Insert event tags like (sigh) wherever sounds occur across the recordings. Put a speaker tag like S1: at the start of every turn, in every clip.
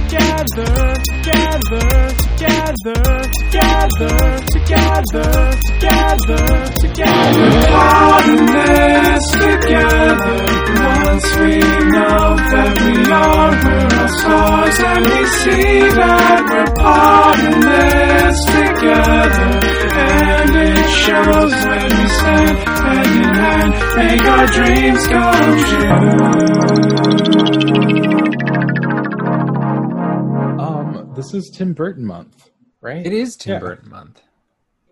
S1: together, together, together, together, together, together, together. We're caught in this together. Once we know that we are, we're all stars, and we see that we're part in this together. And it shows when we stand hand in hand, make our dreams come
S2: Um, this is Tim Burton month, right?
S3: It is Tim
S2: Yeah.
S3: Burton month.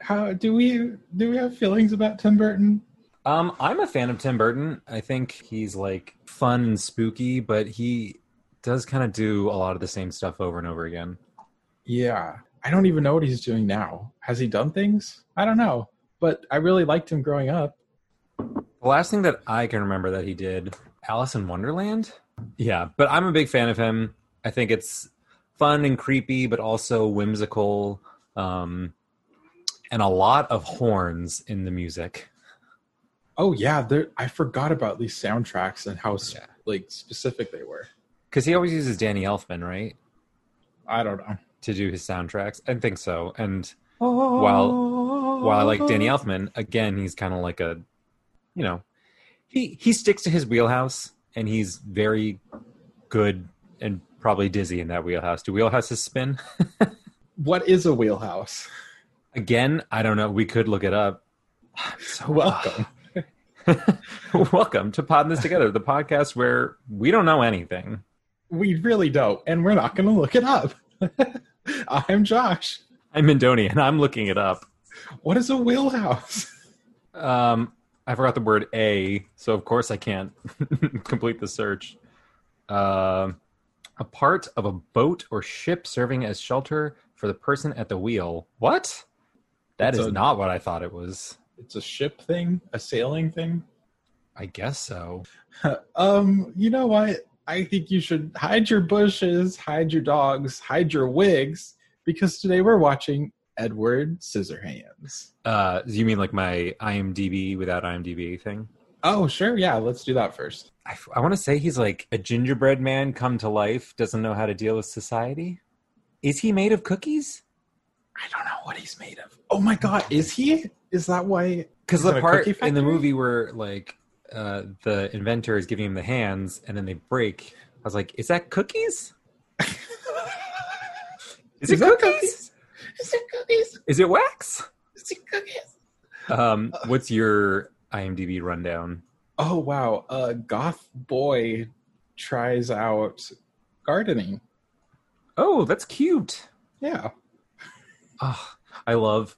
S2: How do we do we have feelings about Tim Burton?
S3: Um, I'm a fan of Tim Burton. I think he's like fun and spooky, but he does kind of do a lot of the same stuff over and over again.
S2: Yeah. I don't even know what he's doing now. Has he done things? I don't know. But I really liked him growing up.
S3: The last thing that I can remember that he did, Alice in Wonderland. Yeah, but I'm a big fan of him. I think it's fun and creepy, but also whimsical, um, and a lot of horns in the music.
S2: Oh yeah, there I forgot about these soundtracks and how s
S3: Yeah.
S2: like specific they were.
S3: Because he always uses Danny Elfman, right,
S2: I don't know.
S3: to do his soundtracks. I think so. And
S2: Oh.
S3: While- while I like Danny Elfman, again, he's kind of like a, you know, he he sticks to his wheelhouse, and he's very good and probably dizzy in that wheelhouse. Do wheelhouses spin?
S2: What is a wheelhouse?
S3: Again, I don't know. We could look it up. (sighs) So
S2: Welcome.
S3: (laughs) welcome to Podding This Together, the podcast where we don't know anything.
S2: we really don't, and we're not gonna look it up. (laughs) I'm Josh.
S3: I'm Mendoni, and I'm looking it up.
S2: What is a wheelhouse? (laughs)
S3: Um, I forgot the word a, so of course I can't (laughs) complete the search. Um a part of a boat or ship serving as shelter for the person at the wheel. What? That
S2: It's
S3: is
S2: a-
S3: not what I thought it was.
S2: It's a ship thing, a sailing thing.
S3: I guess so.
S2: (laughs) um, you know what? I think you should hide your bushes, hide your dogs, hide your wigs, because today we're watching Edward Scissorhands.
S3: Uh, you mean like my IMDb without IMDb thing?
S2: Oh, sure, yeah, let's do that first.
S3: I, want to say he's like a gingerbread man come to life, doesn't know how to deal with society. Is he made of cookies?
S2: I don't know what he's made of. Oh my god, is he? Is that why?
S3: Because
S2: Is it
S3: the
S2: a
S3: part
S2: cookie
S3: in the
S2: factory?
S3: movie where like uh, the inventor is giving him the hands and then they break, I was like, "Is that cookies?
S2: Is
S3: Is, it
S2: that
S3: cookies?
S2: cookies? (laughs) Is it cookies?
S3: Is it wax?"
S2: Is it cookies?
S3: Um, what's your IMDb rundown?
S2: Oh wow, a goth boy tries out gardening.
S3: Oh, that's cute.
S2: Yeah,
S3: Oh, I love,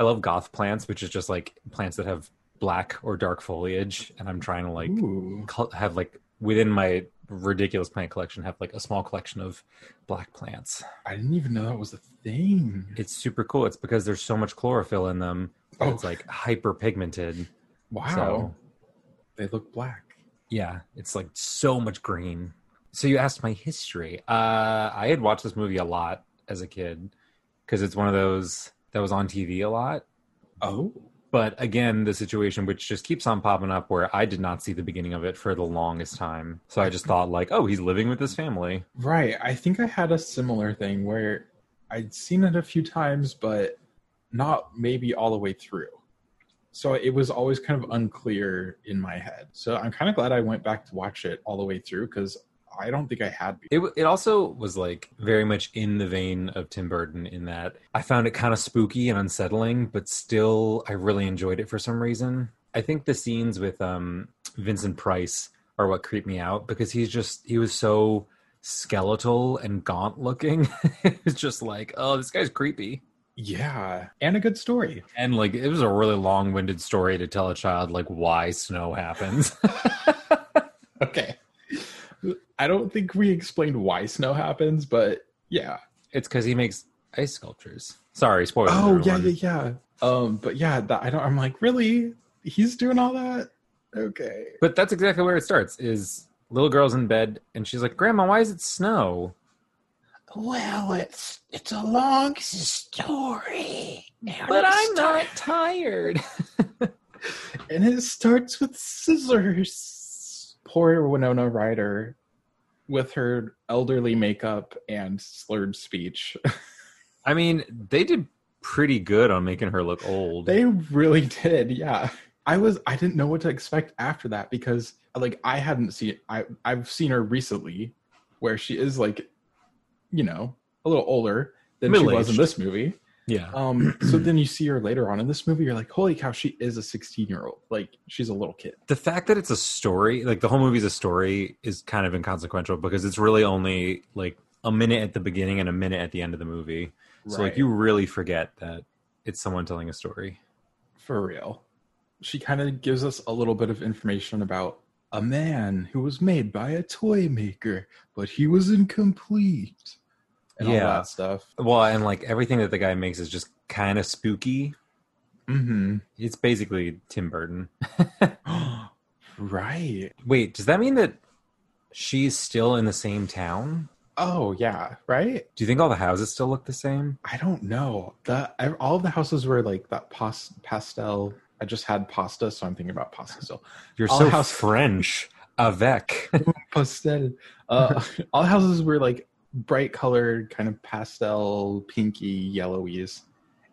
S3: I love goth plants, which is just like plants that have black or dark foliage, and I'm trying to like
S2: Ooh.
S3: col- have like within my ridiculous plant collection have like a small collection of black plants.
S2: I didn't even know that was a thing.
S3: It's super cool. It's because there's so much chlorophyll in them.
S2: Oh.
S3: It's like hyper pigmented.
S2: Wow,
S3: So
S2: they look black.
S3: yeah, it's like so much green. So you asked my history. Uh, I had watched this movie a lot as a kid because it's one of those that was on TV a lot.
S2: Oh,
S3: But again, the situation which just keeps on popping up where I did not see the beginning of it for the longest time. So I just thought like, oh, he's living with his family.
S2: right. I think I had a similar thing where I'd seen it a few times, but not maybe all the way through. So it was always kind of unclear in my head. So I'm kind of glad I went back to watch it all the way through because I don't think I had. Before.
S3: It, w- it also was like very much in the vein of Tim Burton in that I found it kind of spooky and unsettling, but still I really enjoyed it for some reason. I think the scenes with um, Vincent Price are what creeped me out because he's just he was so skeletal and gaunt looking. (laughs) it's just like oh this guy's creepy.
S2: Yeah, and a good story.
S3: And like it was a really long winded story to tell a child like why snow happens. (laughs)
S2: Okay, I don't think we explained why snow happens, but yeah.
S3: it's because he makes ice sculptures. Sorry, spoiler.
S2: Oh yeah, yeah, yeah. Um, but yeah, that, I don't. I'm like, really? He's doing all that? Okay.
S3: But that's exactly where it starts. Is little girl's in bed and she's like, "Grandma, why is it snow?"
S4: Well, it's it's a long s- story. Now to start-
S3: (laughs) tired.
S2: and it starts with scissors. Poor Winona Ryder. with her elderly makeup and slurred speech. (laughs)
S3: I mean, they did pretty good on making her look old.
S2: They really did, yeah. I was I didn't know what to expect after that because like I hadn't seen I I've seen her recently where she is like you know, a little older than she was in
S3: Middle-aged.
S2: this movie.
S3: yeah.
S2: Um so then you see her later on in this movie you're like holy cow she is a 16-year-old. Like she's a little kid.
S3: the fact that it's a story, like the whole movie's a story, is kind of inconsequential because it's really only like a minute at the beginning and a minute at the end of the movie. So like
S2: Right.
S3: you really forget that it's someone telling a story.
S2: for real. She kind of gives us a little bit of information about a man who was made by a toy maker, but he was incomplete and all
S3: Yeah.
S2: that stuff.
S3: Well, and like everything that the guy makes is just kind of spooky.
S2: Mm-hmm. (gasps)
S3: It's basically Tim Burton.
S2: right.
S3: Wait, does that mean that she's still in the same town?
S2: Oh yeah. Right.
S3: Do you think all the houses still look the same?
S2: I don't know. The I, all of the houses were like that pas- pastel. I just had pasta, so I'm thinking about pasta still.
S3: You're
S2: All
S3: so
S2: the house-
S3: French,
S2: (laughs)
S3: avec.
S2: Pastel.
S3: (laughs)
S2: Uh, all the houses were like bright colored, kind of pastel, pinky, yellowies.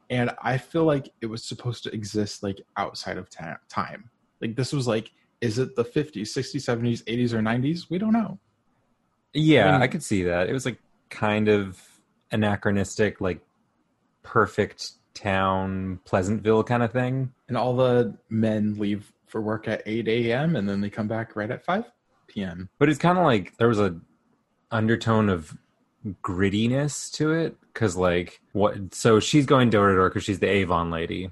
S2: And I feel like it was supposed to exist like outside of ta- time. Like this was like, is it the 50s, 60s, 70s, 80s, or 90s? We don't know.
S3: Yeah, I,
S2: I mean-
S3: could see that. It was like kind of anachronistic, like perfect town Pleasantville kind of thing.
S2: And all the men leave for work at 8 a.m. and then they come back right at 5 p.m.
S3: But it's kind of like there was a undertone of grittiness to it because like what so she's going door to door because she's the avon lady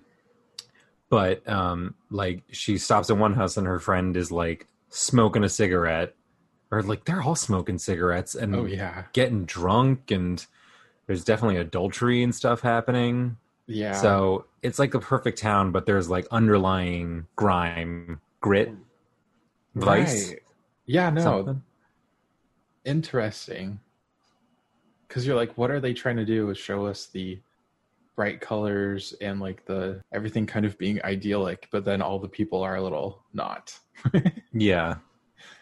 S3: but um like she stops at one house and her friend is like smoking a cigarette or like they're all smoking cigarettes and
S2: Oh, yeah.
S3: getting drunk and there's definitely adultery and stuff happening
S2: Yeah.
S3: So it's like the perfect town, but there's like underlying grime, grit, vice.
S2: Right. Yeah, no.
S3: something.
S2: interesting because you're like what are they trying to do is show us the bright colors and like the everything kind of being idyllic but then all the people are a little not
S3: Yeah.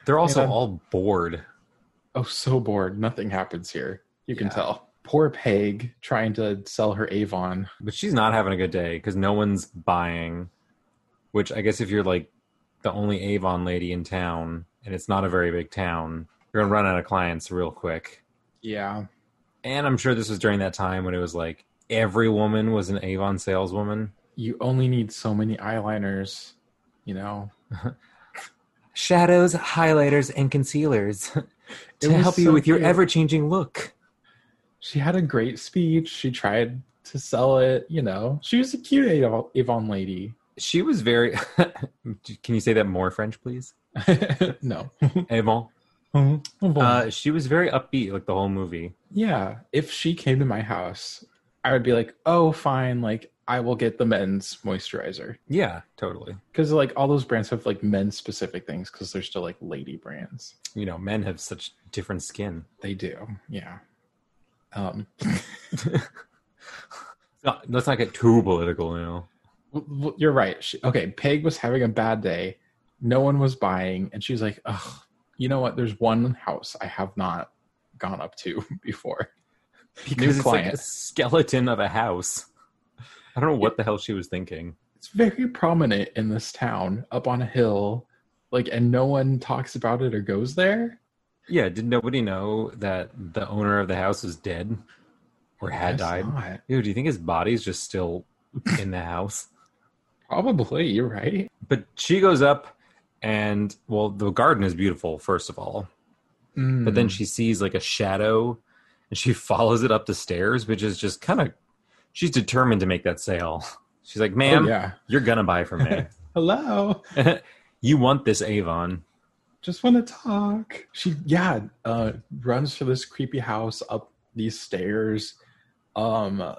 S3: They're also
S2: Yeah.
S3: all bored.
S2: oh so bored nothing happens here you can
S3: Yeah.
S2: tell poor peg trying to sell her avon
S3: But she's not having a good day because no one's buying. Which I guess if you're like the only Avon lady in town and it's not a very big town, you're gonna run out of clients real quick.
S2: yeah
S3: And I'm sure this was during that time when it was like every woman was an Avon saleswoman.
S2: you only need so many eyeliners you know
S3: Shadows, highlighters, and concealers (laughs)
S2: It
S3: to
S2: was
S3: help you
S2: so
S3: with your
S2: cute.
S3: ever changing look.
S2: she had a great speech she tried to sell it you know she was a cute Av- avon lady (laughs)
S3: she was very (laughs) can you say that more french
S2: (laughs)
S3: please
S2: no
S3: Avon. uh she was very upbeat like the whole movie
S2: Mm-hmm. Oh, Yeah, if she came to my house, I would be like, "Oh, fine, like I will get the men's moisturizer."
S3: yeah totally
S2: Cuz like all those brands have like men specific things cuz they're still like lady brands.
S3: you know men have such different (laughs) skin
S2: They do. Yeah. Um
S3: No, let's not get too political you know
S2: w- w- you're right. She, okay, Peg was having a bad day. No one was buying and she's like, "Ugh, you know what? There's one house I have not gone up to (laughs) before."
S3: because it's like a
S2: client.
S3: skeleton of a house i don't know what the hell she was thinking
S2: it's very prominent in this town up on a hill like and no one talks about it or goes there
S3: yeah did nobody know that the owner of the house was dead or had
S2: Guess
S3: died
S2: not.
S3: Ew, do you think his body's just still in the house
S2: probably you're right
S3: but she goes up and well the garden is beautiful first of all but then
S2: Mm.
S3: she sees like a shadow and she (laughs) follows it up the stairs which is just kind of she's determined to make that sale she's like
S2: Oh,
S3: ma'am
S2: yeah
S3: you're gonna buy from
S2: (laughs)
S3: me
S2: hello
S3: you want this avon
S2: just want to talk she yeah uh runs to this creepy house up these stairs um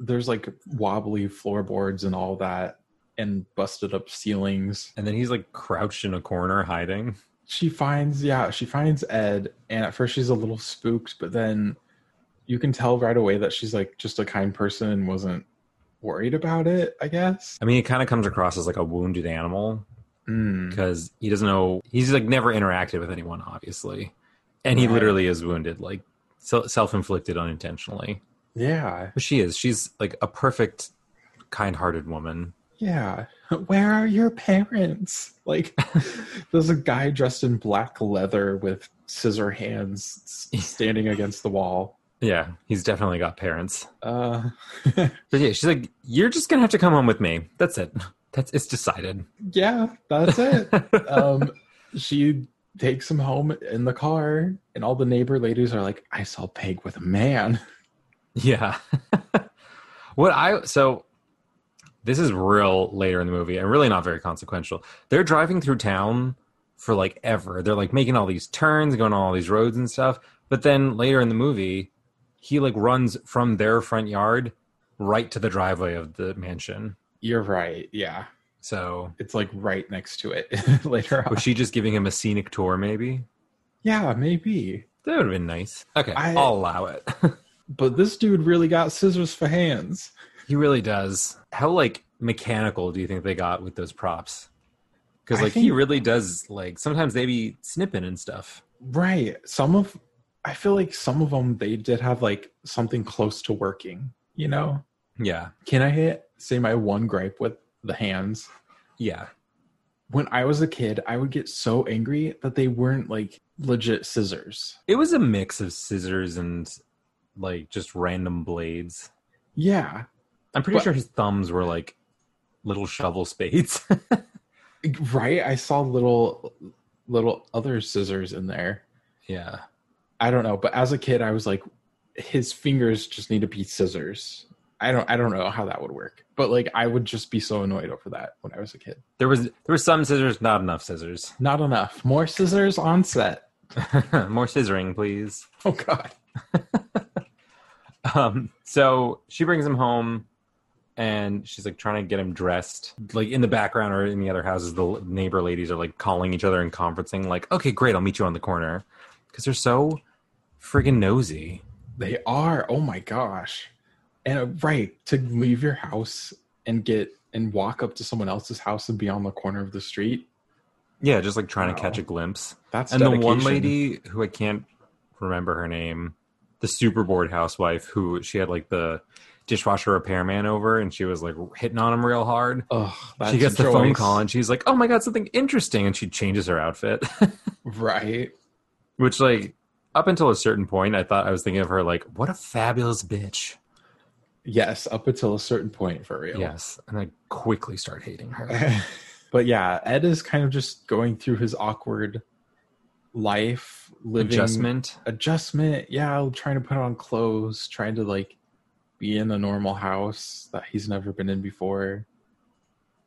S2: there's like wobbly floorboards and all that and busted up ceilings
S3: and then he's like crouched in a corner hiding
S2: she finds yeah she finds ed and at first she's a little spooked but then you can tell right away that she's like just a kind person and wasn't worried about it i guess
S3: i mean it kind of comes across as like a wounded animal
S2: mm.
S3: because he doesn't know he's like never interacted with anyone obviously and he
S2: Right.
S3: literally is wounded, like so self-inflicted unintentionally.
S2: Yeah.
S3: But she is. She's like a perfect, kind-hearted woman.
S2: Yeah. (laughs) Where are your parents? (laughs) Like, there's a guy dressed in black leather with scissor hands s- standing against the wall.
S3: Yeah, he's definitely got parents.
S2: Uh,
S3: But yeah, she's like, "You're just gonna have to come home with me. That's it. (laughs) That's it's decided." (laughs)
S2: yeah, that's it. um, she takes him home in the car, and all the neighbor ladies are like, I saw Peg with a man.
S3: Yeah. (laughs) what I so this is real later in the movie and really not very consequential. They're driving through town for like ever. They're like making all these turns, going on all these roads and stuff. But then later in the movie, he like runs from their front yard right to the driveway of the mansion.
S2: You're right. Yeah.
S3: So
S2: It's like right next to it (laughs) later on.
S3: was she just giving him a scenic tour maybe?
S2: Yeah, maybe.
S3: That would have been nice. Okay,
S2: I-
S3: I'll allow it. (laughs)
S2: But this dude really got scissors for hands.
S3: He really does. How like mechanical do you think they got with those props? Because
S2: I
S3: like he
S2: think-
S3: really does like sometimes they be snipping and stuff.
S2: Right. Some of, I feel like some of them, they did have like something close to working, you know?
S3: Yeah,
S2: Can I hit, say my one gripe with the hands?
S3: yeah,
S2: When I was a kid, I would get so angry that they weren't like legit scissors.
S3: it was a mix of scissors and like just random blades.
S2: Yeah.
S3: I'm pretty
S2: But-
S3: sure his thumbs were like little shovel spades. (laughs)
S2: Right. I saw little, little other scissors in there.
S3: yeah,
S2: I don't know, but as a kid, I was like, his fingers just need to be scissors. I don't, I don't know how that would work, but like, I would just be so annoyed over that when I was a kid.
S3: there was there were some scissors, not enough scissors. (laughs)
S2: Not enough. More scissors on set. (laughs)
S3: More scissoring, please.
S2: Oh God.
S3: Um, so she brings him home and she's like trying to get him dressed. Like in the background or in the other houses, the l- neighbor ladies are like calling each other and conferencing, like, okay, great, I'll meet you on the corner. Because they're so friggin' nosy.
S2: They are. Oh my gosh. And uh, right to leave your house and get and walk up to someone else's house and be on the corner of the street.
S3: Yeah, just like trying to
S2: Wow.
S3: catch a glimpse.
S2: That's
S3: and the one
S2: dedication.
S3: lady who I can't remember her name, the super bored housewife who she had like the dishwasher repairman over and she was like hitting on him real hard.
S2: Ugh, that's
S3: she gets the phone
S2: Joyce.
S3: call and she's like, oh my God, something interesting. And she changes her outfit. (laughs)
S2: Right.
S3: which like up until a certain point i thought i was thinking of her like what a fabulous bitch
S2: Yes. Up until a certain point for real.
S3: yes and i quickly start hating her
S2: but yeah, Ed is kind of just going through his awkward life (laughs) living
S3: adjustment
S2: adjustment. Yeah, trying to put on clothes, trying to like be in a normal house that he's never been in before.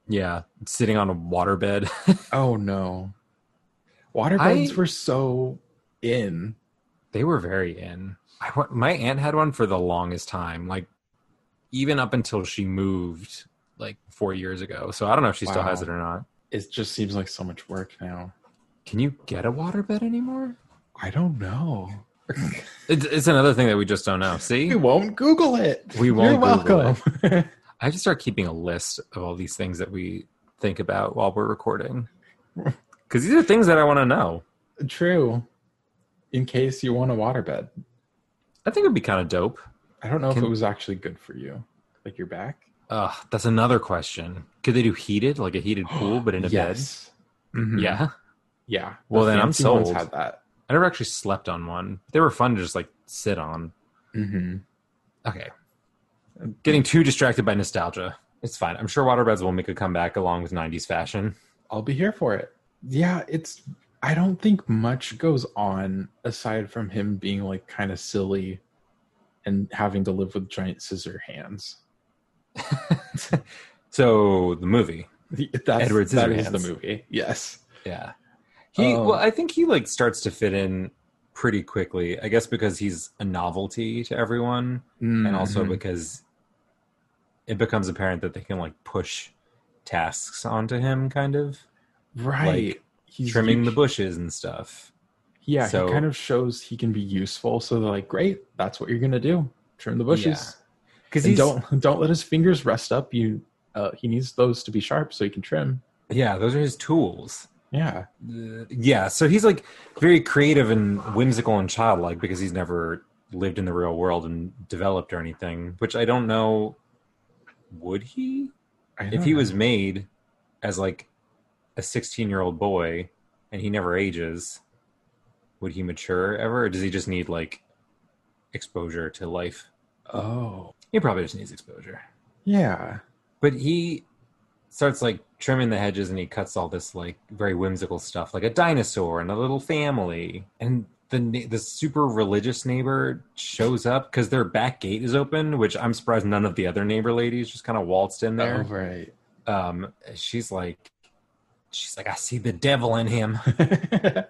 S3: yeah sitting on a waterbed (laughs)
S2: Oh no, waterbeds
S3: I-
S2: were so in.
S3: they were very in I, wa- my aunt had one for the longest time like even up until she moved like four years ago so i don't know if she still
S2: Wow.
S3: has it or not
S2: It just seems like so much work now.
S3: can you get a waterbed anymore
S2: I don't know.
S3: it's, it's another thing that we just don't know see
S2: We won't Google it.
S3: We won't
S2: You're
S3: Google
S2: welcome. (laughs)
S3: i have to start keeping a list of all these things that we think about while we're recording because these are things that i want to know
S2: True. In case you want a waterbed.
S3: I think it'd be kind of dope.
S2: I don't know
S3: Can-
S2: if it was actually good for you, like your back.
S3: Ugh, that's another question. Could they do heated, like a heated pool, but in
S2: (gasps)
S3: a
S2: yes.
S3: bed?
S2: Mhm.
S3: Yeah.
S2: Yeah.
S3: Well, then I'm
S2: fancy ones
S3: sold.
S2: Had that.
S3: I never actually slept on one. They were fun to just like sit on.
S2: Mm-hmm.
S3: Okay. Getting too distracted by nostalgia. It's fine. I'm sure waterbeds will make a comeback along with 90s fashion. (laughs)
S2: I'll be here for it. Yeah, it's. I don't think much goes on aside from him being like kind of silly, and having to live with giant scissor hands. (laughs)
S3: So the movie.
S2: That's,
S3: Edward
S2: that is
S3: Scissorhands.
S2: the movie. Yes.
S3: Yeah. Um, He
S2: Oh.
S3: well, I think he like starts to fit in pretty quickly. I guess because he's a novelty to everyone. and also
S2: Mhm.
S3: because it becomes apparent that they can like push tasks onto him kind of
S2: right, he's
S3: trimming
S2: u-
S3: the bushes and stuff
S2: Yeah,
S3: so-
S2: he kind of shows he can be useful. So they're like, "Great, that's what you're gonna do. Trim the bushes."
S3: Yeah. because
S2: and
S3: he's
S2: don't (laughs) don't let his fingers rest up. You uh, he needs those to be sharp so he can trim.
S3: yeah those are his tools
S2: Yeah.
S3: Uh, yeah, so he's like very creative and whimsical and childlike because he's never lived in the real world and developed or anything, which I don't know would he?
S2: I
S3: if
S2: don't
S3: he
S2: know.
S3: was made as like a 16 year old boy and he never ages would he mature ever or does he just need like exposure to life
S2: Oh.
S3: he probably just needs exposure
S2: Yeah.
S3: but he starts like trimming the hedges and he cuts all this like very whimsical stuff like a dinosaur and a little family and the ne- the super religious neighbor shows up because their back gate is open which i'm surprised none of the other neighbor ladies just kind of waltzed in there
S2: Oh, right.
S3: um she's like she's like i see the devil in him (laughs) i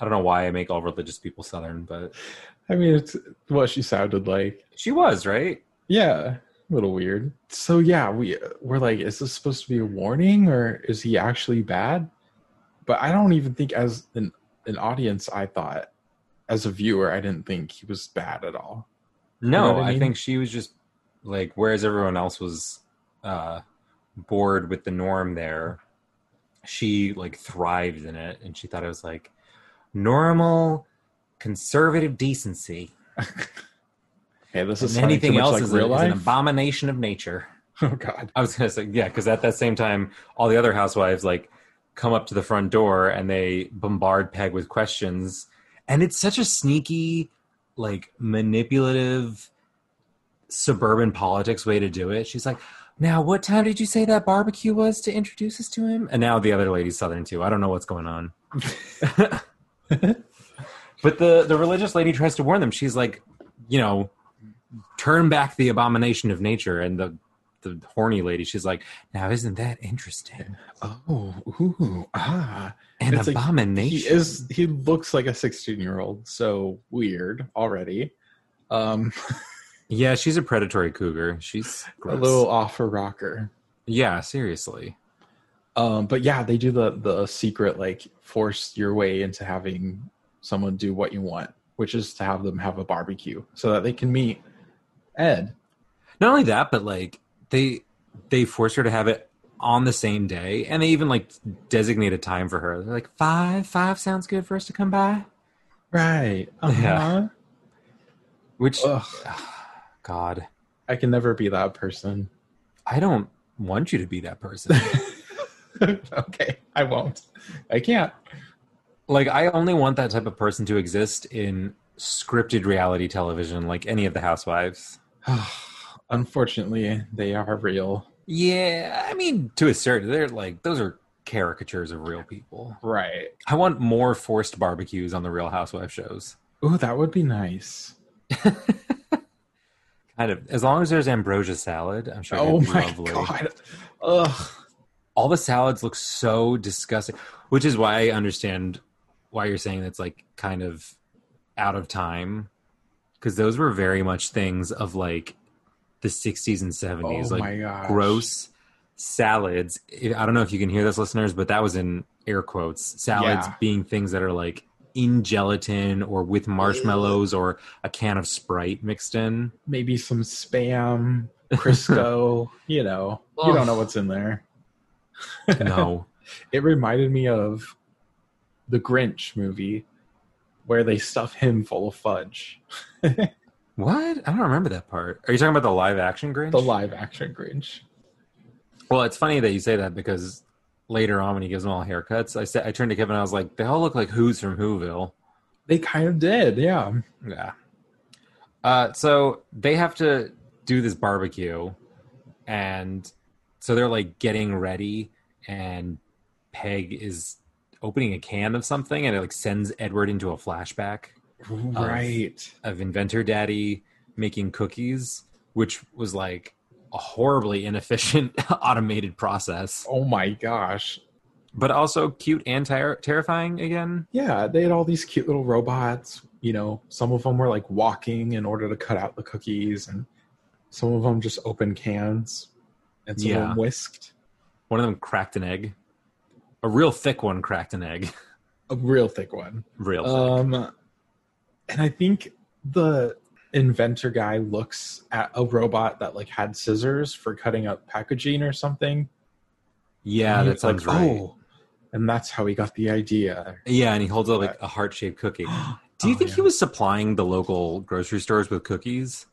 S3: don't know why i make all religious people southern but
S2: (laughs) I mean, it's what she sounded like.
S3: she was right
S2: Yeah, a little weird. So yeah, we we're like, is this supposed to be a warning or is he actually bad? But I don't even think as an an audience, I thought as a viewer, I didn't think he was bad at all.
S3: no
S2: You know what
S3: I,
S2: I mean?
S3: think she was just like whereas everyone else was uh bored with the norm there she like thrived in it and she thought it was like normal conservative decency
S2: Hey, this is
S3: and
S2: sounding too
S3: anything
S2: much
S3: else
S2: like
S3: is, a-
S2: real
S3: is an
S2: life.
S3: abomination of nature
S2: oh God,
S3: I was gonna say yeah, because at that same time, all the other housewives like come up to the front door and they bombard Peg with questions, and it's such a sneaky, like manipulative, suburban politics way to do it. She's like, "Now, what time did you say that barbecue was to introduce us to him?" And now the other lady's southern too. I don't know what's going on. (laughs) but the the religious lady tries to warn them. She's like, you know, turn back the abomination of nature, and the the horny lady, she's like, "Now isn't that interesting?
S2: oh, ooh, ah,
S3: An
S2: It's like,
S3: abomination."
S2: he is. He looks like a sixteen-year-old. So weird already. Um,
S3: yeah, she's a predatory cougar. She's
S2: a
S3: gross.
S2: little off her rocker.
S3: Yeah, seriously.
S2: Um, but yeah, they do the the secret like force your way into having someone do what you want, which is to have them have a barbecue so that they can meet Ed.
S3: Not only that, but like they they force her to have it on the same day, and they even like designate a time for her. They're like five. Five sounds good for us to come by.
S2: Right. Uh-huh.
S3: Which,
S2: Ugh,
S3: God,
S2: I can never be that person. (laughs)
S3: I don't want you to be that person.
S2: okay, I won't. I can't.
S3: like i only want that type of person to exist in scripted reality television like any of the housewives
S2: (sighs) Unfortunately, they are real.
S3: yeah i mean to a certain they're like those are caricatures of real people
S2: Right.
S3: i want more forced barbecues on the real housewife shows
S2: Oh, that would be nice.
S3: kind of as long as there's ambrosia salad i'm sure
S2: Oh
S3: that'd be
S2: my
S3: lovely.
S2: god. Ugh.
S3: all the salads look so disgusting which is why i understand why you're saying that's like kind of out of time because those were very much things of like the 60s and 70s
S2: oh
S3: like
S2: my god.
S3: gross salads. I I don't know if you can hear this, listeners, but that was in air quotes. Salads
S2: Yeah.
S3: being things that are like in gelatin or with marshmallows or a can of Sprite
S2: (laughs)
S3: mixed in.
S2: maybe some
S3: (laughs)
S2: spam, Crisco, you know. You
S3: Ugh.
S2: don't know what's in there.
S3: No.
S2: It reminded me of the Grinch movie where they stuff him full of fudge.
S3: what? I don't remember that part. Are you talking about the live action Grinch?
S2: The live action Grinch.
S3: well, it's funny that you say that because later on when he gives them all haircuts, I said I turned to Kevin and I was like, they all look like who's from Whoville.
S2: They kind of did, yeah.
S3: Yeah. Uh, so they have to do this barbecue, and so they're like getting ready, and Peg is opening a can of something, and it like sends Edward into a flashback
S2: Right.
S3: of Inventor Daddy making cookies, which was like a horribly inefficient (laughs) automated process,
S2: Oh my gosh.
S3: but also cute and ter- terrifying again.
S2: Yeah, they had all these cute little robots. You know, some of them were like walking in order to cut out the cookies, and some of them just open cans, and some
S3: Yeah.
S2: of them whisked.
S3: One of them cracked an egg, a real thick one cracked an egg, Uh,
S2: A real thick one.
S3: real.
S2: Um, and I think the inventor guy looks at a robot that like had scissors for cutting up packaging or something.
S3: Yeah,
S2: and he
S3: that
S2: was like,
S3: sounds right.
S2: Oh, and that's how he got the idea.
S3: Yeah, and he holds up like a heart
S2: (gasps)
S3: shaped cookie. (gasps) Do you
S2: Oh,
S3: think he
S2: yeah.
S3: was supplying the local grocery stores with cookies,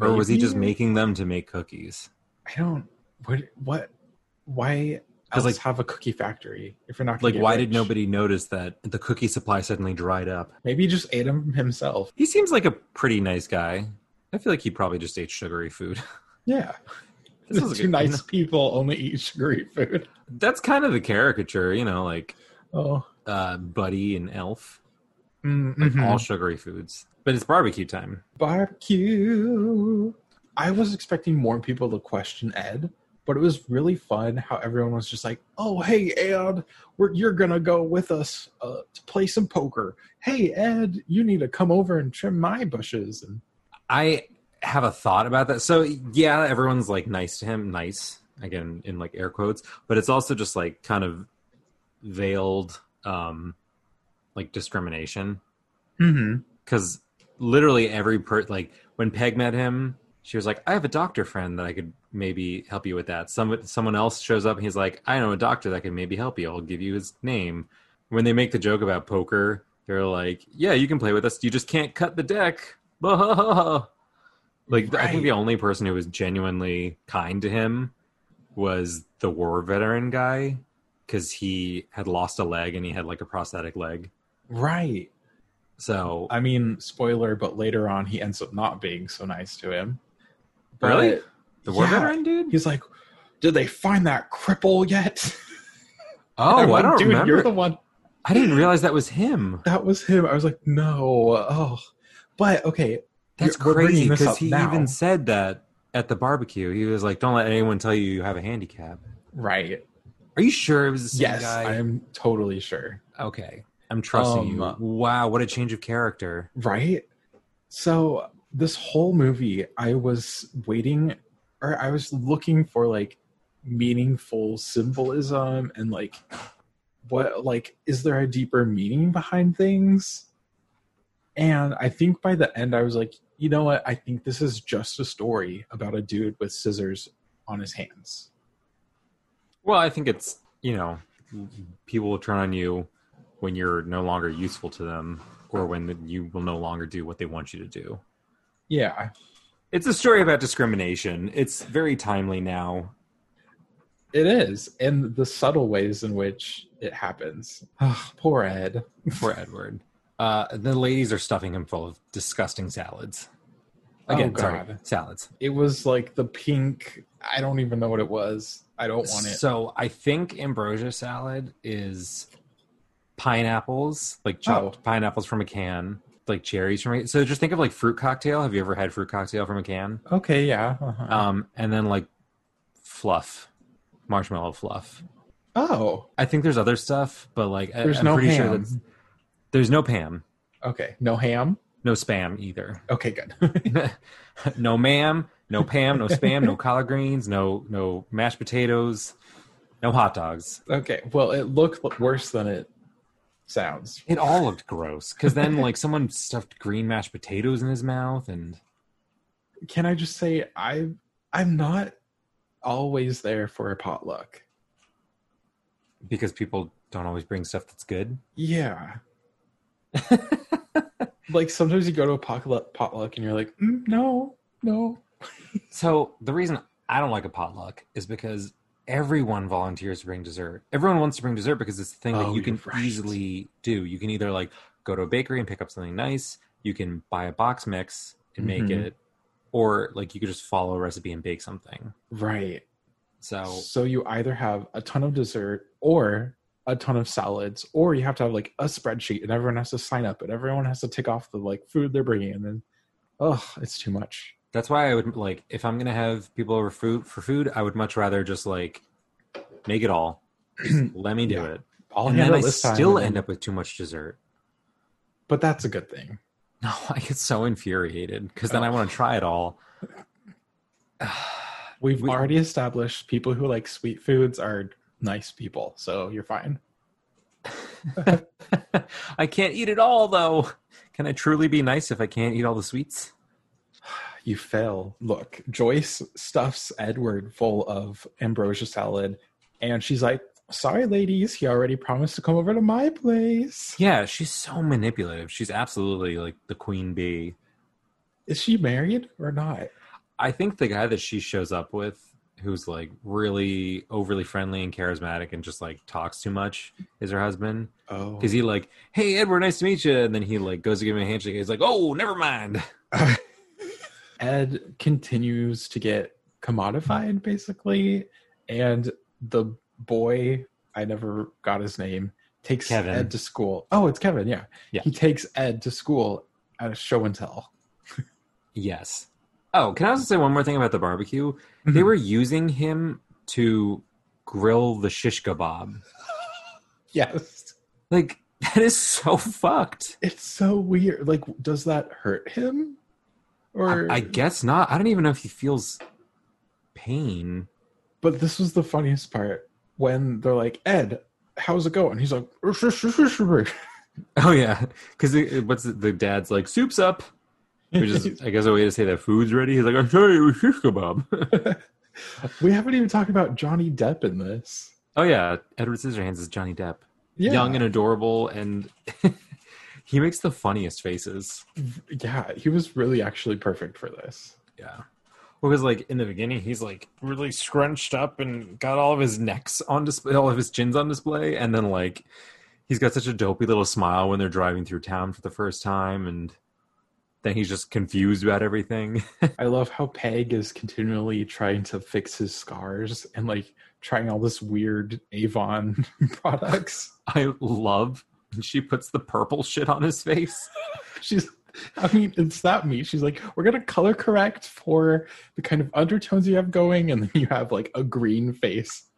S3: or was he
S2: Maybe?
S3: just making them to make cookies?
S2: I don't. What? What? Why? Else
S3: 'Cause,
S2: like,
S3: like-
S2: have a cookie factory if you're not gonna
S3: Like,
S2: get
S3: why did
S2: rich?
S3: nobody notice that the cookie supply suddenly dried up?
S2: Maybe he just ate them himself.
S3: He seems like a pretty nice guy. I feel like he probably just ate sugary food. (laughs)
S2: Yeah,
S3: This
S2: The
S3: was a
S2: (laughs) two
S3: good-
S2: nice people only eat sugary food.
S3: That's kind of the caricature, you know, like
S2: Oh,
S3: uh, Buddy and Elf,
S2: mm
S3: all sugary foods. But it's barbecue time.
S2: barbecue. I was expecting more people to question Ed, but it was really fun how everyone was just like, "Oh, hey Ed, we're, you're gonna go with us uh, to play some poker. Hey Ed, you need to come over and trim my bushes." And
S3: I have a thought about that. So yeah, everyone's like nice to him, nice again in like air quotes, but it's also just like kind of veiled um like discrimination
S2: mm-hmm.
S3: cuz literally every per like when Peg met him, she was like, "I have a doctor friend that I could maybe help you with that." Some someone else shows up and he's like, "I know a doctor that can maybe help you. I'll give you his name." When they make the joke about poker, they're like, "Yeah, you can play with us. You just can't cut the deck." (laughs) like I
S2: Right.
S3: think the only person who was genuinely kind to him was the war veteran guy cuz he had lost a leg and he had like a prosthetic leg.
S2: right.
S3: So
S2: I mean, spoiler, but later on he ends up not being so nice to him.
S3: Really?
S2: But-
S3: the war
S2: yeah.
S3: veteran dude?
S2: He's like, "Did they find that cripple yet?" I'm
S3: (laughs) Oh, I
S2: (laughs) like,
S3: don't
S2: Dude,
S3: remember.
S2: You're the one
S3: I didn't realize that was him.
S2: that was him. I was like, "No, oh." But okay,
S3: That's
S2: We're bringing
S3: crazy
S2: this
S3: because
S2: up
S3: he
S2: now.
S3: even said that at the barbecue. He was like, "Don't let anyone tell you you have a handicap."
S2: right?
S3: Are you sure it was the same
S2: Yes, I
S3: guy?
S2: am totally sure.
S3: Okay, I'm trusting
S2: Um,
S3: you. Wow, what a change of character!
S2: Right? So this whole movie I was waiting or I was looking for like meaningful symbolism and like what like is there a deeper meaning behind things? And I think by the end I was like, you know what? I think this is just a story about a dude with scissors on his hands.
S3: Well, I think it's you know, people will turn on you when you're no longer useful to them, or when you will no longer do what they want you to do.
S2: Yeah.
S3: It's a story about discrimination. It's very timely now.
S2: It is, and the subtle ways in which it happens. (sighs) Ugh, poor Ed.
S3: Poor Edward. Uh, the ladies are stuffing him full of disgusting salads.
S2: Oh,
S3: Again, sorry,
S2: God.
S3: salads.
S2: It was like the pink. I don't even know what it was. I don't want it.
S3: So I think ambrosia salad is pineapples, like chopped
S2: Oh.
S3: pineapples from a can, like cherries from a. So just think of like fruit cocktail. Have you ever had fruit cocktail from a can?
S2: Okay, yeah. uh-huh.
S3: Um, and then like fluff, marshmallow fluff.
S2: oh,
S3: I think there's other stuff, but like I-
S2: There's
S3: I'm
S2: no
S3: pretty
S2: ham.
S3: sure that's there's no Pam,
S2: okay. No ham.
S3: no spam either.
S2: Okay, good. (laughs)
S3: (laughs) no ma'am, no Pam, no spam, no collard greens, no no mashed potatoes, no hot dogs.
S2: okay. Well, it looked worse than it sounds.
S3: It all looked gross because then like someone stuffed green mashed potatoes in his mouth, and
S2: Can I just say I I'm not always there for a potluck.
S3: because people don't always bring stuff that's good.
S2: (laughs) Yeah. like sometimes you go to a potluck, potluck and you're like, mm, no, no.
S3: So the reason I don't like a potluck is because everyone volunteers to bring dessert. Everyone wants to bring dessert because it's the thing
S2: Oh,
S3: that you can
S2: you're right.
S3: easily do. You can either like go to a bakery and pick up something nice, you can buy a box mix and make
S2: Mhm.
S3: it, or like you could just follow a recipe and bake something.
S2: Right.
S3: So
S2: So you either have a ton of dessert or a ton of salads, or you have to have like a spreadsheet and everyone has to sign up and everyone has to tick off the like food they're bringing. And then, oh, it's too much.
S3: That's why I would like if I'm gonna have people over food for food, I would much rather just like make it all.
S2: (clears throat)
S3: Just let me do
S2: Yeah.
S3: it,
S2: I'll
S3: and then
S2: handle
S3: I
S2: it this time
S3: still
S2: and
S3: end
S2: then-
S3: up with too much dessert. (laughs)
S2: But that's a good
S3: (sighs)
S2: thing.
S3: No, I get so infuriated because then
S2: Oh.
S3: I want to try it all.
S2: We've
S3: We-
S2: already established people who like sweet foods are nice people, so you're fine.
S3: (laughs) I can't eat it all though. Can I truly be nice if I can't eat all the sweets?
S2: You fail. Look, Joyce stuffs Edward full of ambrosia salad, and she's like, sorry, ladies, he already promised to come over to my place.
S3: Yeah, she's so manipulative. She's absolutely like the queen bee.
S2: Is she married or not?
S3: I think the guy that she shows up with, who's like really overly friendly and charismatic and just like talks too much, is her husband.
S2: Oh,
S3: Because he like, hey Edward, nice to meet you, and then he like goes to give him a handshake. He's like, oh, never mind.
S2: Ed continues to get commodified basically, and the boy I never got his name takes
S3: Kevin.
S2: Ed to school. Oh, it's Kevin. Yeah,
S3: Yeah.
S2: He takes Ed to school at a show and tell.
S3: Yes. Oh, can I also say one more thing about the barbecue? They
S2: Mhm.
S3: were using him to grill the shish kebab.
S2: Yes,
S3: Like (laughs) that is so fucked.
S2: it's so weird. Like, does that hurt him? Or
S3: I, I guess not. I don't even know if he feels pain. (laughs)
S2: But this was the funniest part when they're like, Ed, how's it going? He's like, (laughs)
S3: Oh yeah, because what's the, the dad's like soup's up,
S2: (laughs)
S3: which is I guess a way to say that food's ready. He's like, I'm sorry, it was shish kebab. (laughs)
S2: we haven't even talked about Johnny Depp in this.
S3: oh yeah, Edward Scissorhands is Johnny Depp,
S2: Yeah.
S3: young and adorable, and (laughs) he makes the funniest faces.
S2: yeah, he was really actually perfect for
S3: (laughs)
S2: this.
S3: Yeah. Well, because like in the beginning, he's like really scrunched up and got all of his necks on display, all of his chins on display, and then like he's got such a dopey little smile when they're driving through town for the first time, and then he's just confused about everything. (laughs)
S2: I love how Peg is continually trying to fix his scars and like trying all this weird Avon (laughs) products.
S3: I love when she puts the purple shit on his face.
S2: She's I mean, it's that me. She's like, we're gonna color correct for the kind of undertones you have going, and then you have like a green face.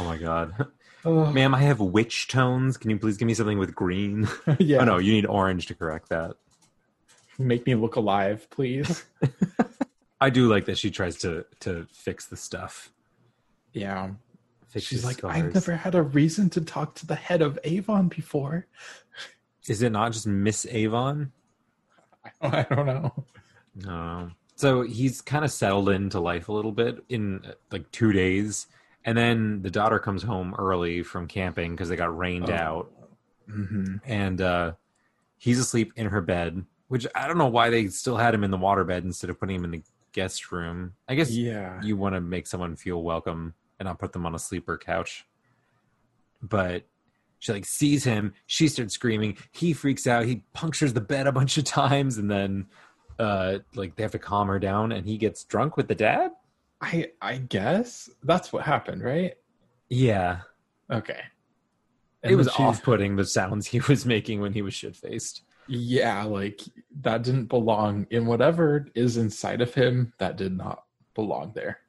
S3: Oh my god, (laughs)
S2: Oh,
S3: ma'am, I have witch tones. Can you please give me something with green? (laughs)
S2: yeah.
S3: Oh no, you need orange to correct that.
S2: Make me look alive,
S3: (laughs)
S2: please.
S3: I do like that she tries to to fix the stuff.
S2: yeah.
S3: Fix
S2: She's
S3: his
S2: like,
S3: scars.
S2: I've never had a reason to talk to the head of Avon before.
S3: Is it not just Miss Avon?
S2: (laughs) I don't know.
S3: No. So he's kind of settled into life a little bit in uh, like two days. And then the daughter comes home early from camping because they got rained
S2: Oh.
S3: out.
S2: Mm-hmm.
S3: And uh, he's asleep in her bed, which I don't know why they still had him in the waterbed instead of putting him in the guest room. I guess
S2: Yeah.
S3: you want to make someone feel welcome and not put them on a sleeper couch. But she like sees him, she starts screaming, he freaks out, he punctures the bed a bunch of times, and then uh like they have to calm her down and he gets drunk with the dad?
S2: I I guess that's what happened, right?
S3: Yeah.
S2: Okay.
S3: it
S2: And
S3: was
S2: then she-
S3: off putting the sounds he was making when he was shit faced.
S2: Yeah, like that didn't belong in whatever is inside of him. That did not belong there.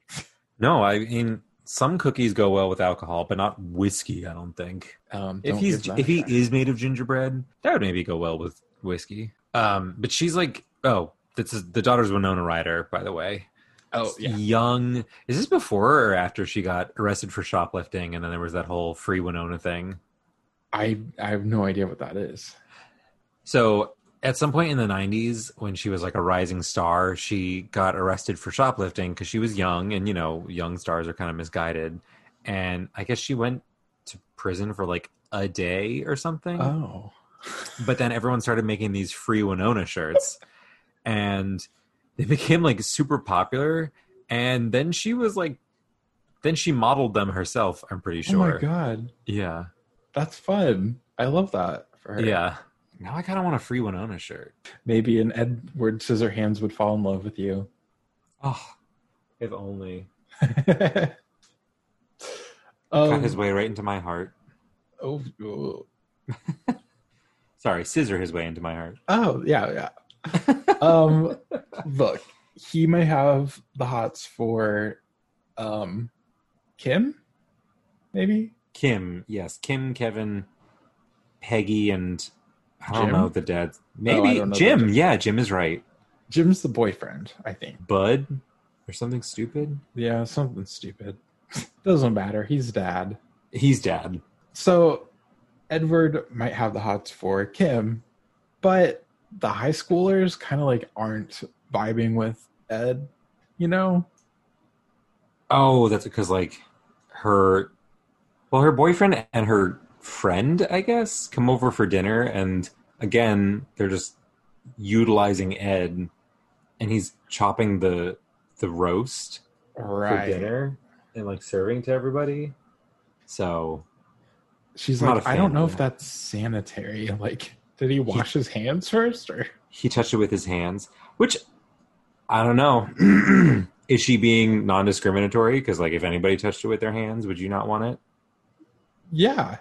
S3: No, I mean some cookies go well with alcohol, but not whiskey, I don't think.
S2: Um,
S3: if
S2: don't
S3: he's
S2: give that
S3: if
S2: a
S3: he
S2: try.
S3: is made of gingerbread, that would maybe go well with whiskey. Um, but she's like, oh, this is the daughter's Winona Ryder, by the way.
S2: oh yeah,
S3: Young. Is this before or after she got arrested for shoplifting, and then there was that whole free Winona thing?
S2: I I have no idea what that is.
S3: So at some point in the 90s when she was like a rising star she got arrested for shoplifting because she was young and you know young stars are kind of misguided and i guess she went to prison for like a day or something
S2: Oh,
S3: but then everyone started making these free Winona shirts, and they became like super popular. And then she was like, then she modeled them herself. I'm pretty
S2: oh
S3: sure.
S2: my god,
S3: Yeah,
S2: that's fun. I love that. For her.
S3: yeah. Now I kind of want a free Winona shirt.
S2: maybe an Edward Scissorhands would fall in love with you. (laughs)
S3: Oh, if only got
S2: um,
S3: his way right into my heart.
S2: oh, oh,
S3: Sorry, scissor his way into my heart.
S2: oh, yeah, yeah. (laughs) um, look, he may have the hots for, um, Kim, maybe.
S3: Kim, yes, Kim, Kevin, Peggy, and I don't
S2: Jim?
S3: know the dad's
S2: Oh, I
S3: maybe
S2: don't know the
S3: Jim.
S2: dad.
S3: Yeah, Jim is right.
S2: Jim's the boyfriend, I think.
S3: Bud or something stupid.
S2: Yeah, something stupid. (laughs) Doesn't matter. He's dad.
S3: He's dad.
S2: So Edward might have the hots for Kim, but the high schoolers kind of like aren't vibing with Ed, you know?
S3: Oh, that's because like her Well, her boyfriend and her friend, I guess, come over for dinner, and again, they're just utilizing Ed, and he's chopping the the roast for
S2: Right.
S3: dinner and like serving to everybody. So
S2: She's
S3: I'm not
S2: like,
S3: a
S2: I
S3: fan
S2: don't know
S3: of
S2: if
S3: that."
S2: that's sanitary. (laughs) Like, did he wash his hands first or?
S3: he touched it with his hands, which I don't know. (clears throat) Is she being non-discriminatory? Because like, if anybody touched it with their hands, would you not want it?
S2: Yeah.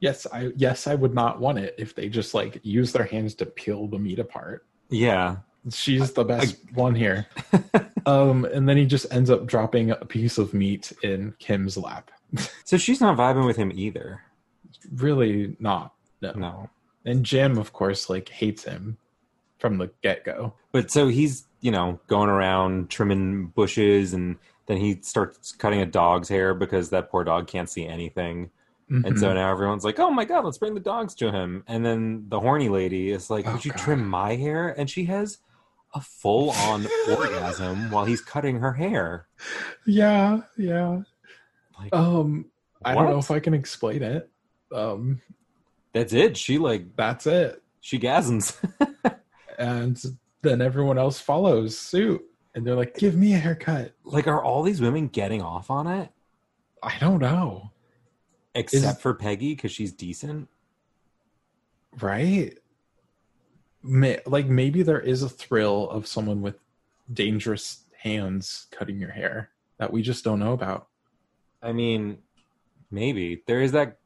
S2: Yes, I yes, I would not want it if they just like use their hands to peel the meat apart.
S3: Yeah,
S2: She's the best one
S3: (laughs)
S2: here. um, and then he just ends up dropping a piece of meat in Kim's lap.
S3: so she's not vibing with him either.
S2: Really not. No.
S3: No,
S2: And Jim, of course, like hates him from the get go.
S3: but so he's you know going around trimming bushes, and then he starts cutting a dog's hair because that poor dog can't see anything.
S2: Mm-hmm.
S3: And so now everyone's like, "Oh my god, let's bring the dogs to him." And then the horny lady is like,
S2: Oh,
S3: "Would you
S2: God.
S3: trim my hair?" And she has a full-on (laughs) orgasm while he's cutting her hair.
S2: Yeah, yeah.
S3: Like,
S2: Um I don't know
S3: What?
S2: if I can explain it. Um
S3: That's it. She like
S2: that's it.
S3: she gasms. (laughs)
S2: and then everyone else follows suit and they're like give me a haircut
S3: like, are all these women getting off on it
S2: i don't know
S3: except for Peggy because she's decent?
S2: right May, like maybe there is a thrill of someone with dangerous hands cutting your hair that we just don't know about
S3: I mean, maybe there is that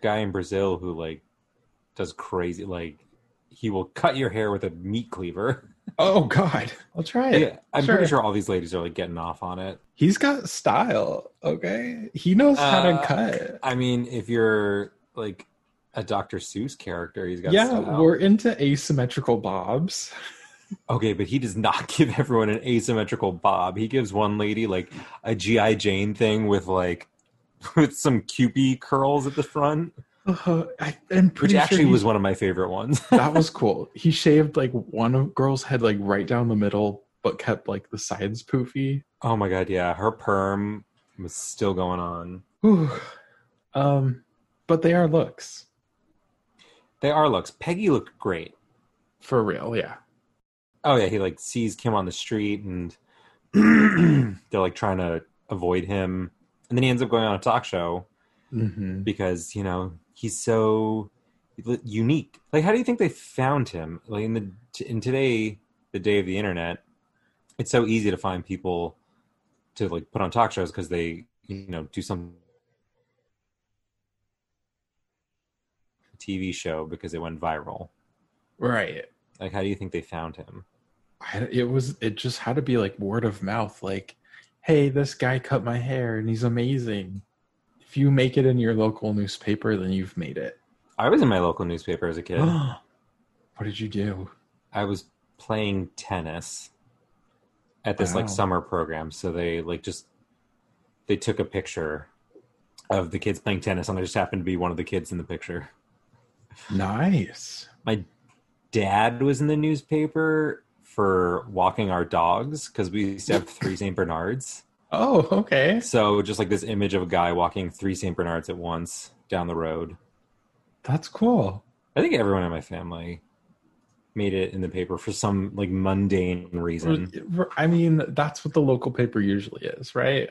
S3: guy in Brazil who like does crazy like he will cut your hair with a meat cleaver.
S2: oh god i'll try it
S3: Yeah, I'm
S2: sure.
S3: pretty sure all these ladies are like getting off on it.
S2: he's got style okay he knows how to
S3: Uh,
S2: cut
S3: I mean, if you're like a Dr. Seuss character, he's got
S2: yeah
S3: style.
S2: we're into asymmetrical bobs
S3: okay, but he does not (laughs) give everyone an asymmetrical bob. He gives one lady like a GI Jane thing with like (laughs) with some cupie curls at the front,
S2: uh, I, am
S3: which
S2: pretty sure
S3: actually
S2: he's-
S3: was one of my favorite ones.
S2: that was cool. He shaved like one of girl's head like right down the middle, but kept like the sides poofy.
S3: oh my god, yeah, her perm was still going on.
S2: Whew. Um, but they are looks
S3: They are looks. Peggy looked great.
S2: for real. Yeah,
S3: Oh yeah, he like sees Kim on the street and (clears throat) they're like trying to avoid him. And then he ends up going on a talk show
S2: mm-hmm.
S3: because, you know, he's so li- unique. Like how do you think they found him? Like in the t- in today the day of the internet, it's so easy to find people to like put on talk shows because they, you know, do some TV show because it went viral.
S2: right.
S3: Like how do you think they found him?
S2: I, it was. It just had to be like word of mouth. Like, hey, this guy cut my hair and he's amazing. If you make it in your local newspaper, then you've made (gasps) it.
S3: I was in my local newspaper as a kid.
S2: what did you do?
S3: I was playing tennis at this
S2: Wow.
S3: like summer program. So they like just they took a picture of the kids playing tennis, and I just happened to be one of the kids in the picture.
S2: Nice.
S3: Dad was in the newspaper for walking our dogs because we used to have three Saint Bernards.
S2: Oh, okay.
S3: So just like this image of a guy walking three Saint Bernards at once down the road.
S2: That's cool.
S3: I think everyone in my family made it in the paper for some like mundane reason.
S2: I mean, that's what the local paper usually is, right?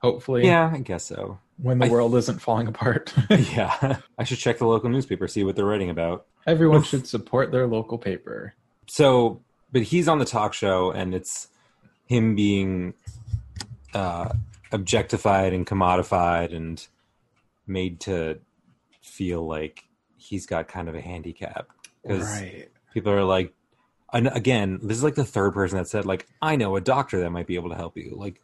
S2: Hopefully,
S3: Yeah, I guess so.
S2: When the
S3: I-
S2: world isn't falling apart, (laughs)
S3: (laughs) yeah i should check the local newspaper see what they're writing about
S2: everyone
S3: Oof.
S2: should support their local paper.
S3: so but he's on the talk show and it's him being uh objectified and commodified and made to feel like he's got kind of a handicap because
S2: Right.
S3: people are like and again this is like the third person that said like i know a doctor that might be able to help you like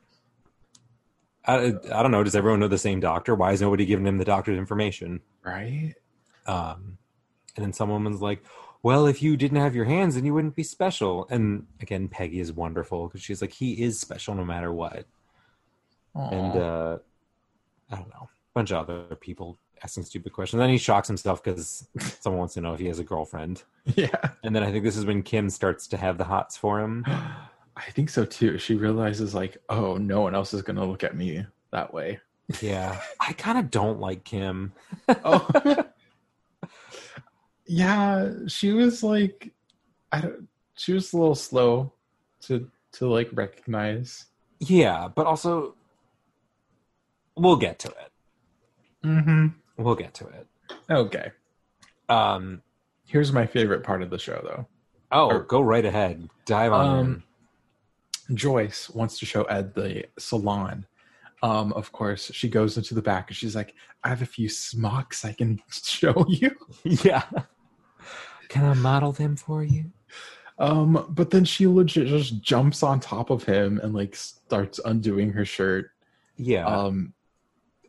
S3: I, I don't know does everyone know the same doctor why is nobody giving him the doctor's information
S2: Right.
S3: Um, and then some woman's like, well, if you didn't have your hands, then you wouldn't be special. And again, Peggy is wonderful because she's like, he is special no matter what. And
S2: Aw.
S3: uh, I don't know, a bunch of other people asking stupid questions. Then he shocks himself because (laughs) someone wants to know if he has a girlfriend.
S2: (laughs) yeah,
S3: And then I think this is when Kim starts to have the hots for him. (laughs)
S2: I think so too. She realizes, like, oh, no one else is going to look at me that way.
S3: Yeah, I kind of don't like Kim.
S2: Oh. (laughs) yeah, she was like, I don't. She was a little slow to to like recognize.
S3: Yeah, but also, we'll get to it.
S2: Mm-hmm.
S3: We'll get to it.
S2: Okay.
S3: Um,
S2: Here's my favorite part of the show, though.
S3: oh,
S2: Or-
S3: go right ahead. Dive on.
S2: Um,
S3: in.
S2: Joyce wants to show Ed the salon. Um, of course, she goes into the back and she's like, "I have a few smocks I can (laughs) show you."
S3: Yeah. Can I model them for you?
S2: Um, but then she legit just jumps on top of him and like starts undoing her shirt.
S3: Yeah.
S2: Um,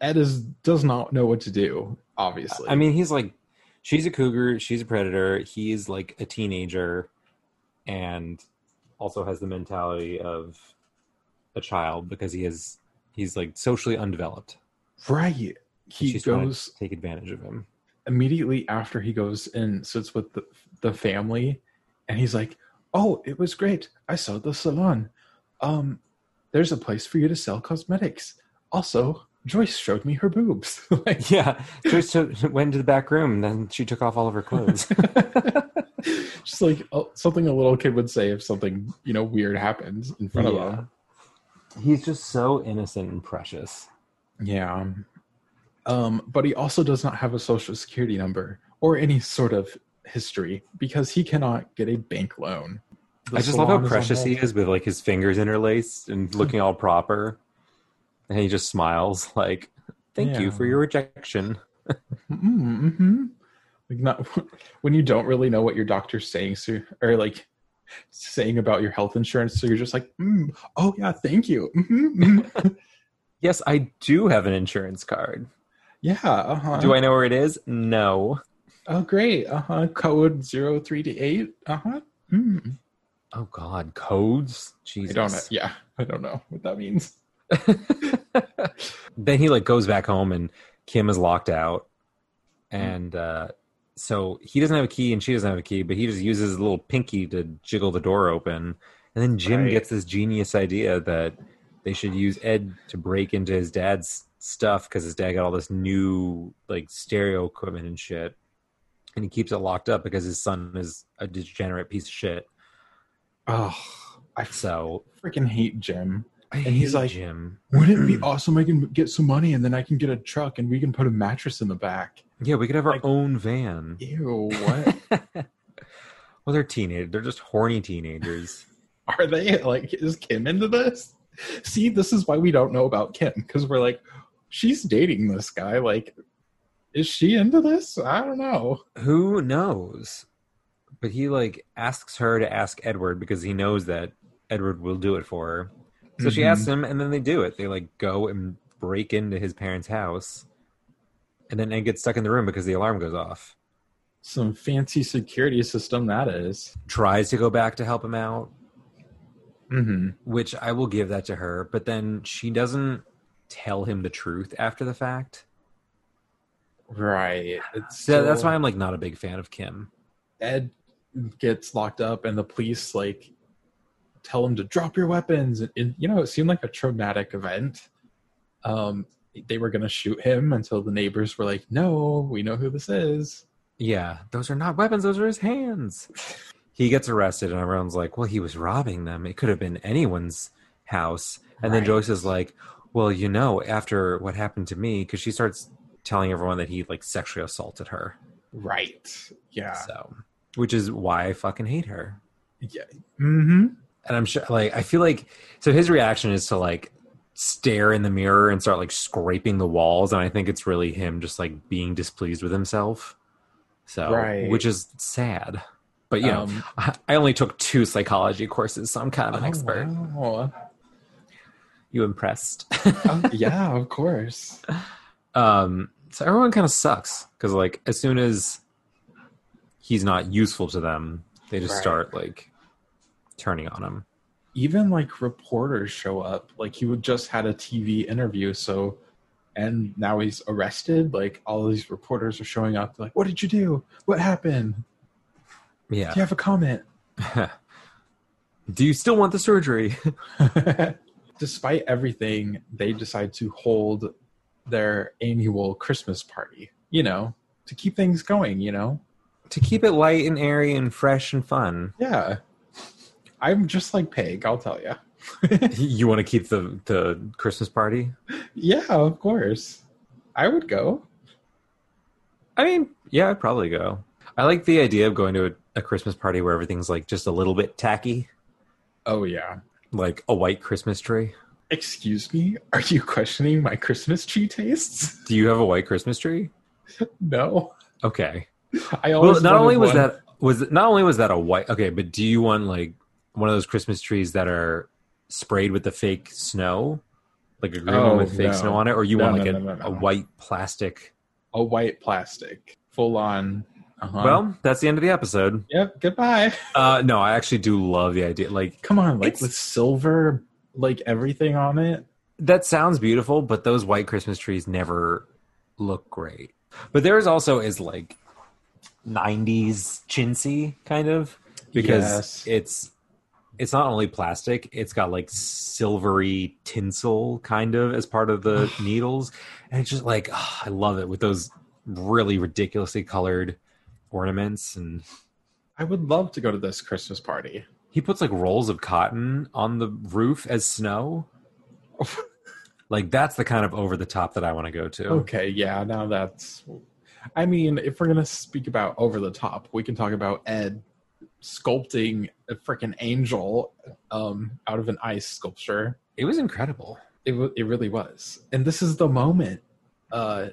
S2: Ed is does not know what to do. Obviously,
S3: I mean, he's like, she's a cougar, she's a predator, he's like a teenager, and also has the mentality of a child because he is he's like socially undeveloped.
S2: right?
S3: And
S2: He
S3: she's trying to
S2: goes
S3: take advantage of him. (laughs)
S2: immediately after he goes and sits with the, the family and he's like oh it was great i saw the salon um there's a place for you to sell cosmetics also joyce showed me her boobs (laughs) like
S3: Yeah, Joyce took, (laughs) went into the back room, and then she took off all of her clothes.
S2: just like oh, something a little kid would say if something you know weird happens in front of
S3: Yeah.
S2: them
S3: He's just so innocent and precious.
S2: yeah um but he also does not have a social security number or any sort of history because he cannot get a bank loan The
S3: I just love how
S2: salon is on
S3: precious he
S2: hold.
S3: is Hmm. with like his fingers interlaced and looking all proper. And he just smiles (laughs) like, "Thank you for
S2: Yeah.
S3: your rejection."
S2: Mm-hmm. Like not (laughs) when you don't really know what your doctor's saying, so or like saying about your health insurance, so you're just like, mm, oh yeah, thank you. Mm-hmm, (laughs)
S3: Yes, I do have an insurance card.
S2: yeah. Uh-huh.
S3: Do I know where it is? No.
S2: Oh great. Uh huh. Code zero three to eight. Uh huh. Mm.
S3: Oh God, codes. Jesus.
S2: I don't know. Yeah, I don't know what that means.
S3: (laughs) Then he like goes back home, and Kim is locked out, and uh, so he doesn't have a key, and she doesn't have a key, but he just uses his little pinky to jiggle the door open, and then Jim
S2: Right.
S3: gets this genius idea that they should use Ed to break into his dad's stuff because his dad got all this new like stereo equipment and shit, and he keeps it locked up because his son is a degenerate piece of shit.
S2: Oh, I
S3: So
S2: freaking hate Jim.
S3: I
S2: And he's
S3: hate
S2: like-
S3: Jim.
S2: Wouldn't (clears throat) it be awesome? I can get some money, and then I can get a truck, and we can put a mattress in the back.
S3: Yeah, we could have our
S2: like-
S3: own van.
S2: Ew. What
S3: Well, they're teenagers. They're just horny teenagers.
S2: are they like is kim into this see this is why we don't know about kim because we're like she's dating this guy like is she into this i don't know
S3: Who knows? But he like asks her to ask Edward because he knows that Edward will do it for her. So she
S2: Mhm.
S3: asks him, and then they do it. They like go and break into his parents' house, and then Ed gets stuck in the room because the alarm goes off.
S2: some fancy security system that is
S3: Tries to go back to help him out,
S2: mm-hmm.
S3: which I will give that to her. But then she doesn't tell him the truth after the fact.
S2: right it's
S3: So that's
S2: still-
S3: why I'm like not a big fan of Kim.
S2: ed gets locked up and the police like tell him to drop your weapons and, and, you know it seemed like a traumatic event um they were gonna shoot him until the neighbors were like no we know who this is
S3: Yeah, those are not weapons, those are his hands. He gets arrested, and everyone's like, well, he was robbing them. It could have been anyone's house. And then
S2: Right.
S3: Joyce is like, well, you know, after what happened to me, because she starts telling everyone that he like sexually assaulted her.
S2: Right. Yeah.
S3: So, which is why I fucking hate her.
S2: Yeah. Mm-hmm.
S3: And I'm sure, like, I feel like, so his reaction is to like stare in the mirror and start like scraping the walls. And I think it's really him just like being displeased with himself. So,
S2: Right.
S3: which is sad. But you know,
S2: Um,
S3: (laughs) I I only took two psychology courses, so I'm kind of an expert.
S2: Oh, wow.
S3: You impressed? (laughs)
S2: Oh, yeah, of course.
S3: um, so everyone kind of sucks because, like, as soon as he's not useful to them, they just
S2: Right.
S3: start like turning on him.
S2: Even like reporters show up. Like he would just had a TV interview, so and now he's arrested. Like all these reporters are showing up. Like, what did you do? What happened?
S3: Yeah.
S2: Do you have a comment?
S3: (laughs)
S2: (laughs)
S3: Do you still want the surgery? (laughs)
S2: Despite everything, they decide to hold their annual Christmas party, you know, to keep things going, you know?
S3: To keep it light and airy and fresh and fun,
S2: (laughs) Yeah. I'm just like Peg, I'll tell you.
S3: you want to keep the the Christmas party.
S2: Yeah, of course. I would go.
S3: I mean, yeah, I'd probably go. I like the idea of going to a, a Christmas party where everything's like just a little bit tacky,
S2: Oh, yeah.
S3: like a white Christmas tree.
S2: Excuse me? (laughs) Are you questioning my Christmas tree tastes? (laughs)
S3: Do you have a white Christmas tree?
S2: No.
S3: Okay.
S2: I
S3: Well,
S2: always
S3: not
S2: wanted
S3: only was
S2: one-
S3: that was not only was that a white okay, but do you want like one of those Christmas trees that are sprayed with the fake snow, like a green
S2: Oh,
S3: one with fake
S2: no.
S3: snow on it, or you
S2: No,
S3: want
S2: no,
S3: like
S2: no,
S3: a,
S2: no, no.
S3: a white plastic?
S2: a white plastic, full on. Uh-huh.
S3: Well, that's the end of the episode.
S2: yep. Goodbye. (laughs)
S3: Uh, no, I actually do love the idea. Like
S2: Come on, like
S3: It's-
S2: with silver, like everything on it.
S3: that sounds beautiful, but those white Christmas trees never look great. But theirs also is like '90s chintzy kind of because
S2: Yes.
S3: it's it's not only plastic; it's got like silvery tinsel kind of as part of the needles, and it's just like ah, I love it with those really ridiculously colored ornaments and
S2: I would love to go to this Christmas party.
S3: He puts like rolls of cotton on the roof
S2: (laughs)
S3: as snow. like that's the kind of over the top that I want to go to.
S2: Okay, yeah, now that's. I mean, if we're gonna speak about over the top, we can talk about Ed sculpting a freaking angel um, out of an ice sculpture.
S3: It was incredible.
S2: It w- it really was, and this is the moment. Uh,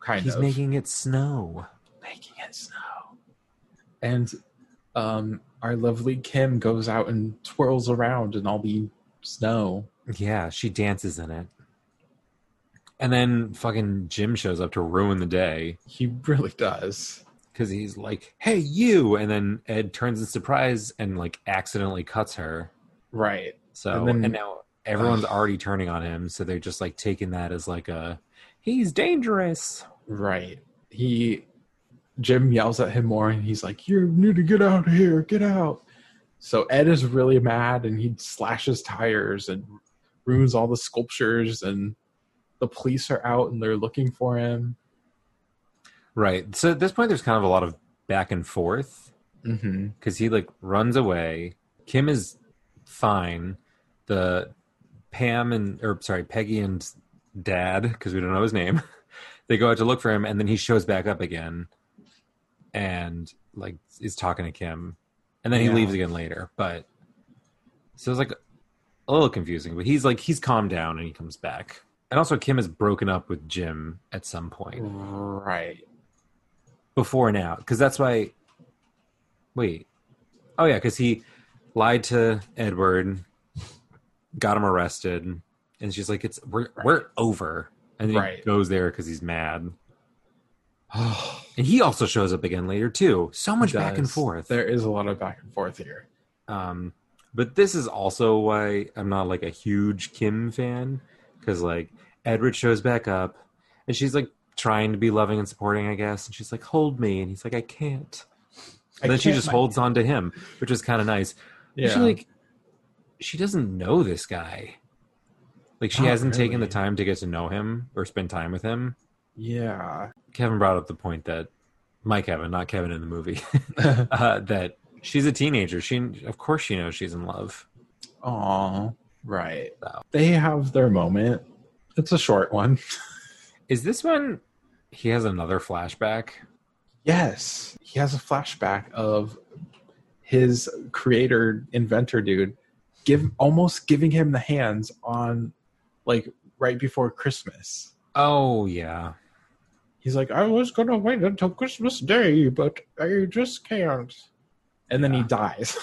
S2: kind
S3: He's
S2: of
S3: making it snow.
S2: making it snow. And um, our lovely Kim goes out and twirls around in all the snow.
S3: Yeah, she dances in it. And then fucking Jim shows up to ruin the day
S2: He really does.
S3: because he's like, "Hey, you!" And then Ed turns in surprise and like accidentally cuts her.
S2: Right.
S3: So
S2: And
S3: and,
S2: then-
S3: now everyone's already turning on him. So they're just like taking that as like a he's dangerous.
S2: Right. He Jim yells at him more and he's like, You need to get out of here, get out. So Ed is really mad and he slashes tires and ruins all the sculptures and the police are out and they're looking for him.
S3: Right. So at this point, there's kind of a lot of back and forth
S2: Mm-hmm.
S3: because he like runs away. Kim is fine. The Pam and or sorry, Peggy and Dad, because we don't know his name. (laughs) They go out to look for him, and then he shows back up again, and like is talking to Kim, and then
S2: Yeah.
S3: he leaves again later. But so it's like a little confusing. But he's like he's calmed down and he comes back. And also, Kim is broken up with Jim at some point
S2: (sighs) Right.
S3: before now because that's why wait oh yeah because he lied to edward got him arrested and she's like it's we're, we're over and then he
S2: Right.
S3: goes there because he's mad and he also shows up again later too so much back and
S2: Does-
S3: forth
S2: There is a lot of back and forth here.
S3: um but this is also why i'm not like a huge kim fan because like edward shows back up and she's like trying to be loving and supporting i guess and she's like hold me and he's like i can't
S2: I
S3: and then she
S2: can't,
S3: just
S2: like-
S3: holds on to him, which is kind of nice. But
S2: Yeah.
S3: She like she doesn't know this guy. Like she
S2: Not
S3: hasn't taken
S2: Oh,
S3: the
S2: really.
S3: time to get to know him or spend time with him.
S2: yeah.
S3: Kevin brought up the point that my Kevin, not Kevin in the movie, (laughs) uh, that she's a teenager. She of course she knows she's in love.
S2: Aw. Right.
S3: Wow.
S2: They have their moment. It's a short one.
S3: Is this one? He has another flashback.
S2: Yes. He has a flashback of his creator inventor dude give almost giving him the hands on like right before Christmas.
S3: Oh yeah,
S2: He's like, I was gonna wait until Christmas Day, but I just can't. And then he
S3: Yeah.
S2: dies.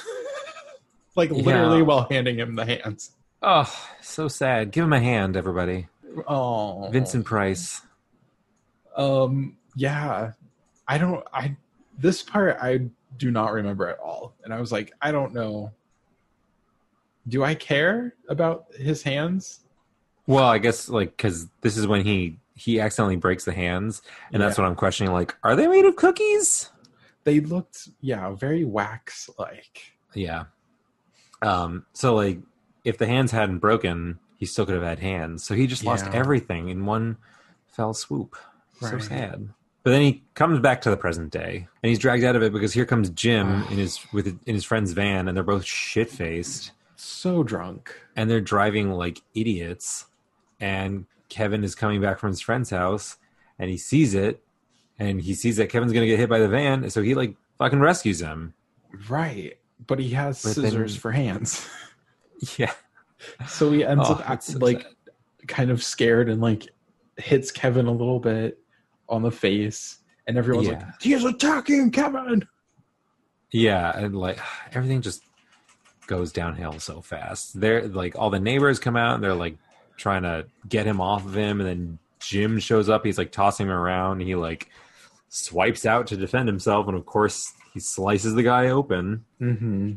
S2: (laughs) like
S3: Yeah.
S2: literally while handing him the hands.
S3: oh so sad. Give him a hand, everybody.
S2: Oh
S3: Vincent Price.
S2: Um, yeah, I don't. I this part I do not remember at all, and I was like, I don't know. Do I care about his hands?
S3: Well, I guess like because this is when he he accidentally breaks the hands, and that's
S2: Yeah.
S3: what I'm questioning. Like, are they made of cookies?
S2: They looked, yeah, very wax like.
S3: Yeah. Um. So like, if the hands hadn't broken, he still could have had hands. So he just lost
S2: Yeah.
S3: everything in one fell swoop. So
S2: Right.
S3: sad. But then he comes back to the present day, and he's dragged out of it because here comes Jim in his with in his friend's van, and they're both shit faced,
S2: So drunk.
S3: and they're driving like idiots. And Kevin is coming back from his friend's house, and he sees it, and he sees that Kevin's gonna get hit by the van, and so he like fucking rescues him.
S2: Right. But he has
S3: But then-
S2: scissors for
S3: (laughs)
S2: hands.
S3: Yeah,
S2: So he ends
S3: Oh,
S2: up act,
S3: that's so
S2: like kind of scared and like hits Kevin a little bit on the face. And everyone's
S3: Yeah.
S2: like, he's attacking Kevin.
S3: Yeah, and like everything just goes downhill so fast. They're like all the neighbors come out and they're like trying to get him off of him, and then Jim shows up. He's like tossing him around. He like swipes out to defend himself, and of course he slices the guy open.
S2: Mm-hmm.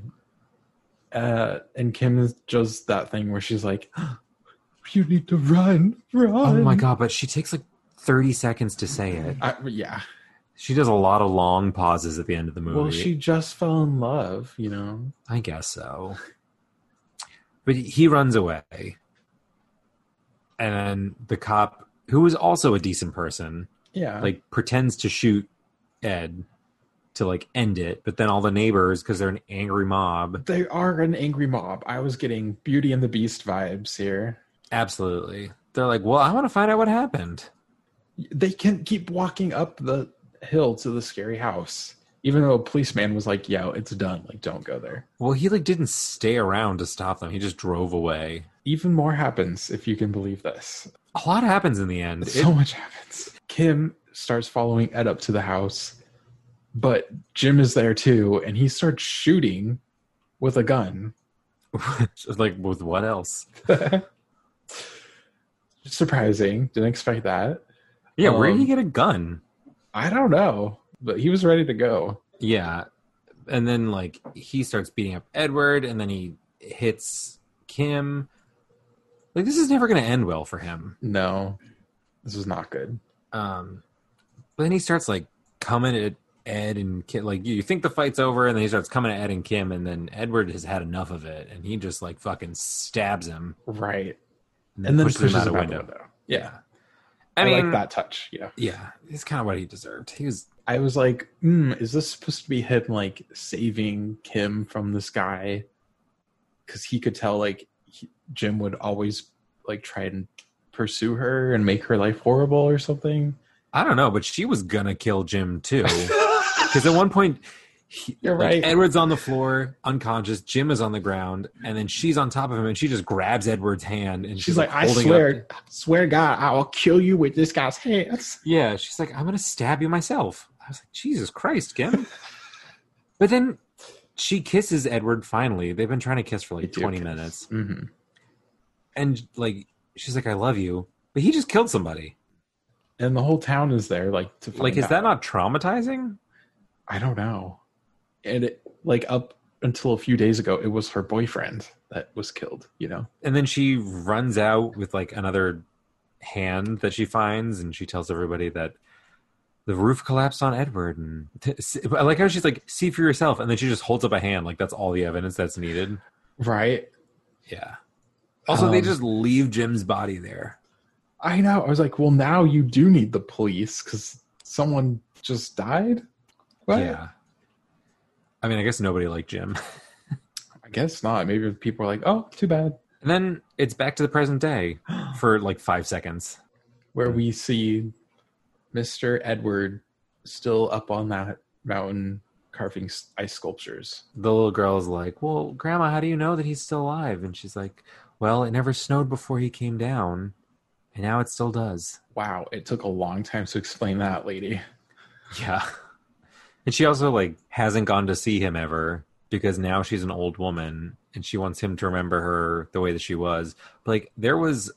S2: Uh, and Kim does that thing where she's like, (gasps) you need to run, run.
S3: Oh my god! But she takes like thirty seconds to say it.
S2: I, yeah.
S3: She does a lot of long pauses at the end of the movie.
S2: Well, she just fell in love, you know.
S3: I guess so. But he runs away. And the cop, who is also a decent person,
S2: Yeah.
S3: like pretends to shoot Ed to like end it. But then all the neighbors, because they're an angry mob,
S2: they are an angry mob. I was getting Beauty and the Beast vibes here.
S3: absolutely. They're like, well, I want to find out what happened.
S2: They can keep walking up the hill to the scary house, even though a policeman was like, "Yo, it's done. Like, don't go there."
S3: Well, he like didn't stay around to stop them. He just drove away.
S2: Even more happens if you can believe this.
S3: A lot happens in the end. It-
S2: So much happens. Kim starts following Ed up to the house, but Jim is there too, and he starts shooting with a gun. (laughs)
S3: just (laughs) like with what else?
S2: Surprising. Didn't expect that.
S3: Yeah, where did he
S2: Um,
S3: get a gun?
S2: I don't know, but he was ready to go.
S3: Yeah. And then like he starts beating up Edward and then he hits Kim. Like this is never going to end well for him.
S2: No, this is not good.
S3: Um but then he starts like coming at Ed and Kim like you think the fight's over and then he starts coming at Ed and Kim and then Edward has had enough of it and he just like fucking stabs him
S2: Right.
S3: and then,
S2: And then
S3: pushes, him out a window.
S2: Yeah.
S3: I,
S2: I,
S3: mean
S2: like that touch. Yeah.
S3: Yeah, it's kind of what he deserved. He was
S2: I was like, mm, is this supposed to be him like saving Kim from this guy? Because he could tell like he, Jim would always like try and pursue her and make her life horrible or something.
S3: (laughs) I don't know, but she was gonna kill
S2: (laughs)
S3: Jim too. Because at one point, he,
S2: You're
S3: like,
S2: right.
S3: Edward's on the floor, unconscious. Jim is on the ground, and then she's on top of him, and she just grabs Edward's hand, and she's,
S2: She's like, I
S3: holding it
S2: swear,
S3: up.
S2: swear God, I will kill you with this guy's hands.
S3: Yeah, she's like, I'm gonna stab you myself. I was like, Jesus
S2: (laughs)
S3: Christ, Kim. but then she kisses Edward. Finally, they've been trying to kiss for
S2: They
S3: like
S2: do
S3: 20
S2: kiss.
S3: minutes,
S2: Mm-hmm.
S3: and like, she's like, I love you, but he just killed somebody.
S2: And the whole town is there, like to find
S3: Like, is
S2: out.
S3: that not traumatizing?
S2: I don't know. And it, like up until a few days ago, it was her boyfriend that was killed. You know,
S3: and then she runs out with like another hand that she finds and she tells everybody that the roof collapsed on edward and (laughs) i like how she's like see for yourself and then she just holds up a hand like that's all the evidence that's needed
S2: right?
S3: yeah also they
S2: Um,
S3: just leave jim's body there
S2: I know. I was like, well, now you do need the police because someone just died. What?
S3: yeah i mean i guess nobody liked jim (laughs)
S2: I guess not. Maybe people are like, oh, too bad.
S3: and then it's back to the
S2: (gasps)
S3: present day for like five seconds
S2: Where we see Mister Edward still up on that mountain carving s- ice sculptures.
S3: the little girl is like, "Well, grandma, how do you know that he's still alive?" And she's like, "Well, it never snowed before he came down, and now it still does."
S2: Wow, it took a long time to explain that, lady.
S3: (laughs) Yeah. And she also like hasn't gone to see him ever because now she's an old woman and she wants him to remember her the way that she was. But, like there was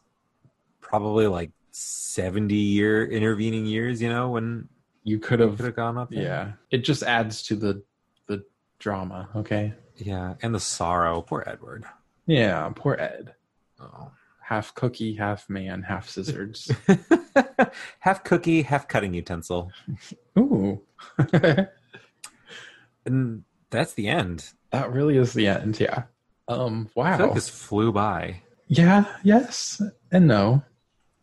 S3: probably like 70 year intervening years, you know, when
S2: You could
S3: could
S2: have,
S3: have gone up. there.
S2: yeah. It just adds to the the drama. Okay.
S3: Yeah, and the sorrow, poor Edward.
S2: Yeah, poor Ed.
S3: Oh.
S2: Half cookie, half man, half scissors.
S3: (laughs) half cookie, half cutting utensil.
S2: Ooh. (laughs) that
S3: and that's the end.
S2: really is the end, yeah. Um
S3: I feel
S2: wow.
S3: like this flew by.
S2: Yeah, yes, and no.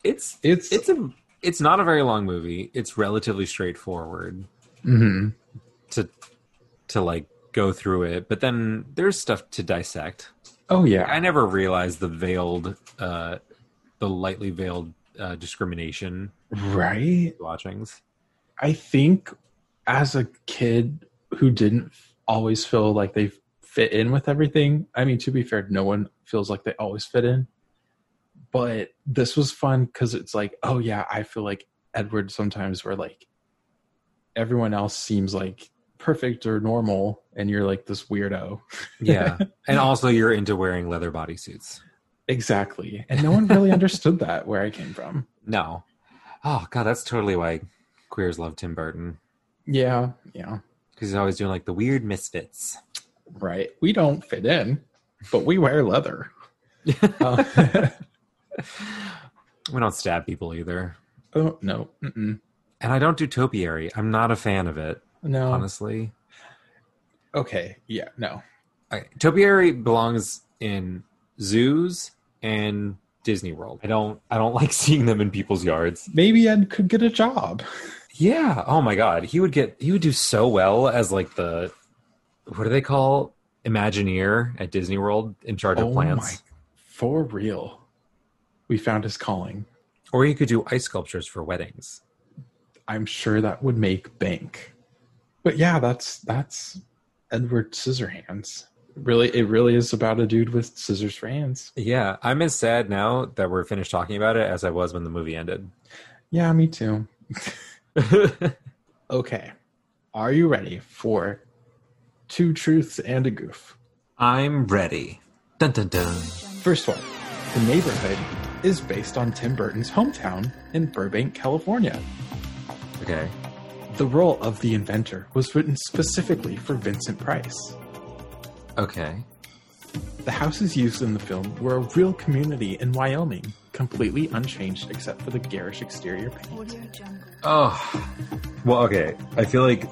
S3: It's
S2: It's,
S3: it's a it's not a very long movie. It's relatively straightforward
S2: mhm.
S3: to to like go through it, but then there's stuff to dissect.
S2: oh yeah,
S3: I never realized the veiled, uh, the lightly veiled uh, discrimination
S2: right.
S3: watchings.
S2: I think as a kid who didn't always feel like they fit in with everything, I mean, to be fair, no one feels like they always fit in. But this was fun because it's like, oh, yeah, I feel like Edward sometimes where like everyone else seems like perfect or normal, and you're like this weirdo.
S3: Yeah, and also you're into wearing leather bodysuits.
S2: Exactly. And no one really understood that where I came from.
S3: No, oh god, that's totally why queers love Tim Burton
S2: Yeah. Yeah.
S3: because he's always doing like the weird misfits. (laughs)
S2: Right. We don't fit in, but we wear leather. Uh,
S3: We don't stab people either,
S2: (laughs) oh, no. Mm-mm.
S3: and I don't do topiary. I'm not a fan of it,
S2: No.
S3: honestly.
S2: Okay. Yeah. No.
S3: I, topiary belongs in zoos and Disney World. I don't I don't (laughs) like seeing them in people's yards.
S2: Maybe Ed could get a job.
S3: Yeah. Oh my god. He would get he would do so well as like the what do they call Imagineer at Disney World in charge of plants.
S2: Oh For real. We found his calling.
S3: Or he could do ice sculptures for weddings.
S2: I'm sure that would make bank. But yeah, that's that's Edward Scissorhands. Really, it really is about a dude with scissors for hands.
S3: Yeah. I'm as sad now that we're finished talking about it as I was when the movie ended. (laughs)
S2: Yeah, me too. Okay. Are you ready for two truths and a goof?
S3: I'm ready. Dun dun dun.
S2: First one The Neighborhood is based on Tim Burton's hometown in Burbank, California.
S3: Okay.
S2: The role of the inventor was written specifically for Vincent Price.
S3: Okay.
S2: The houses used in the film were a real community in Wyoming, completely unchanged except for the garish exterior paint.
S5: Audio Jungle.
S3: Oh, well, okay. I feel like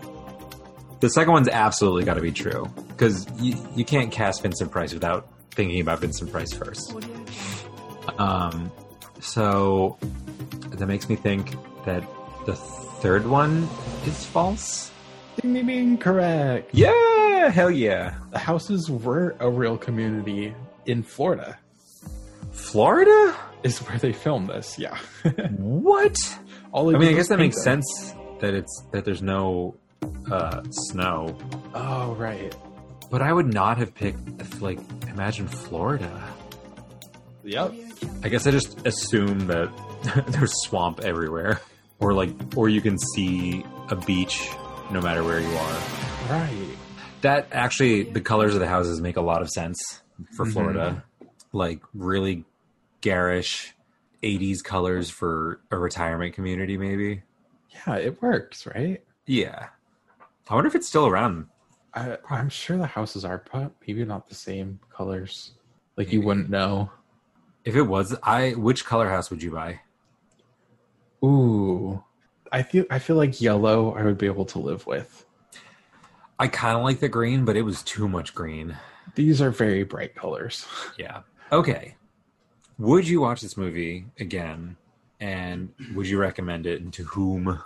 S3: the second one's absolutely got to be true because you, you can't cast Vincent Price without thinking about Vincent Price first.
S5: Audio Jungle.
S3: Um, so that makes me think that the third one is false.
S2: Ding ding ding, correct.
S3: Yeah, hell yeah.
S2: The houses were a real community in Florida,
S3: Florida? (laughs)
S2: is where they filmed this, yeah.
S3: What?
S2: All
S3: I
S2: it
S3: mean,
S2: was
S3: I guess
S2: was
S3: that
S2: paint,
S3: makes
S2: though.
S3: sense that it's that there's no uh, snow,
S2: Oh, right.
S3: but I would not have picked like imagine Florida.
S2: Yep.
S5: Audio Jungle.
S3: I guess I just assume that (laughs) there's swamp everywhere, or like, or you can see a beach no matter where you are.
S2: Right.
S3: That actually, the colors of the houses make a lot of sense for
S2: Mhm.
S3: Florida, like really garish '80s colors for a retirement community, maybe.
S2: Yeah, it works, right?
S3: Yeah, I wonder if it's still around.
S2: I, I'm sure the houses are, but maybe not the same colors. Like, you
S3: Maybe.
S2: wouldn't know.
S3: If it was, I which color house would you buy?
S2: Ooh, I feel I feel like yellow I would be able to live with.
S3: I kind of like the green, but it was too much green.
S2: These are very bright colors.
S3: Yeah. Okay. Would you watch this movie again? And would you recommend it? And to whom?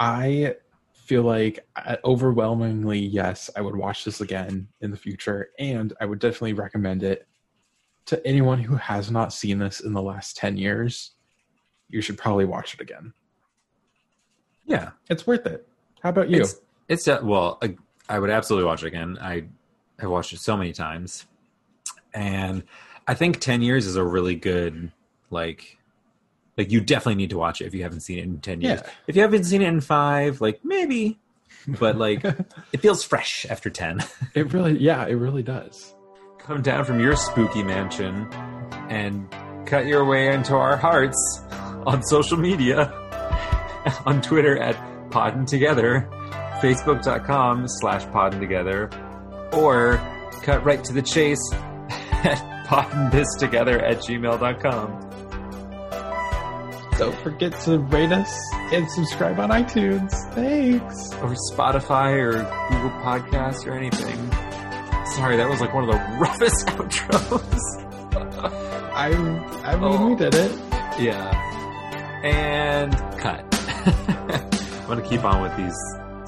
S2: I feel like uh, overwhelmingly yes, I would watch this again in the future, and I would definitely recommend it to anyone who has not seen this in the last ten years. You should probably watch it again.
S3: Yeah.
S2: It's worth it. How about you?
S3: It's, it's uh, well, I, I would absolutely watch it again. I have watched it so many times, and I think ten years is a really good like. Like you definitely need to watch it if you haven't seen it in ten years.
S2: Yeah.
S3: If you haven't seen it in five, like maybe,
S2: (laughs)
S3: but like it feels fresh after ten.
S2: It really, yeah, it really does.
S3: come down from your spooky mansion and cut your way into our hearts on social media (laughs) on twitter at podden together facebook.com slash podden together or cut right to the chase (laughs) at podden this together at gmail.com
S2: Don't forget to rate us and subscribe on iTunes. Thanks.
S3: or spotify or google (laughs) podcasts or anything sorry that was like one of the roughest outros
S2: I, I mean,
S3: Oh.
S2: we did it.
S3: Yeah. And cut. (laughs) I'm gonna keep on with these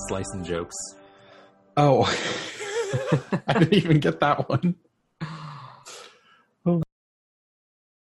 S3: slicing jokes.
S2: (laughs) Oh, I didn't even get that one.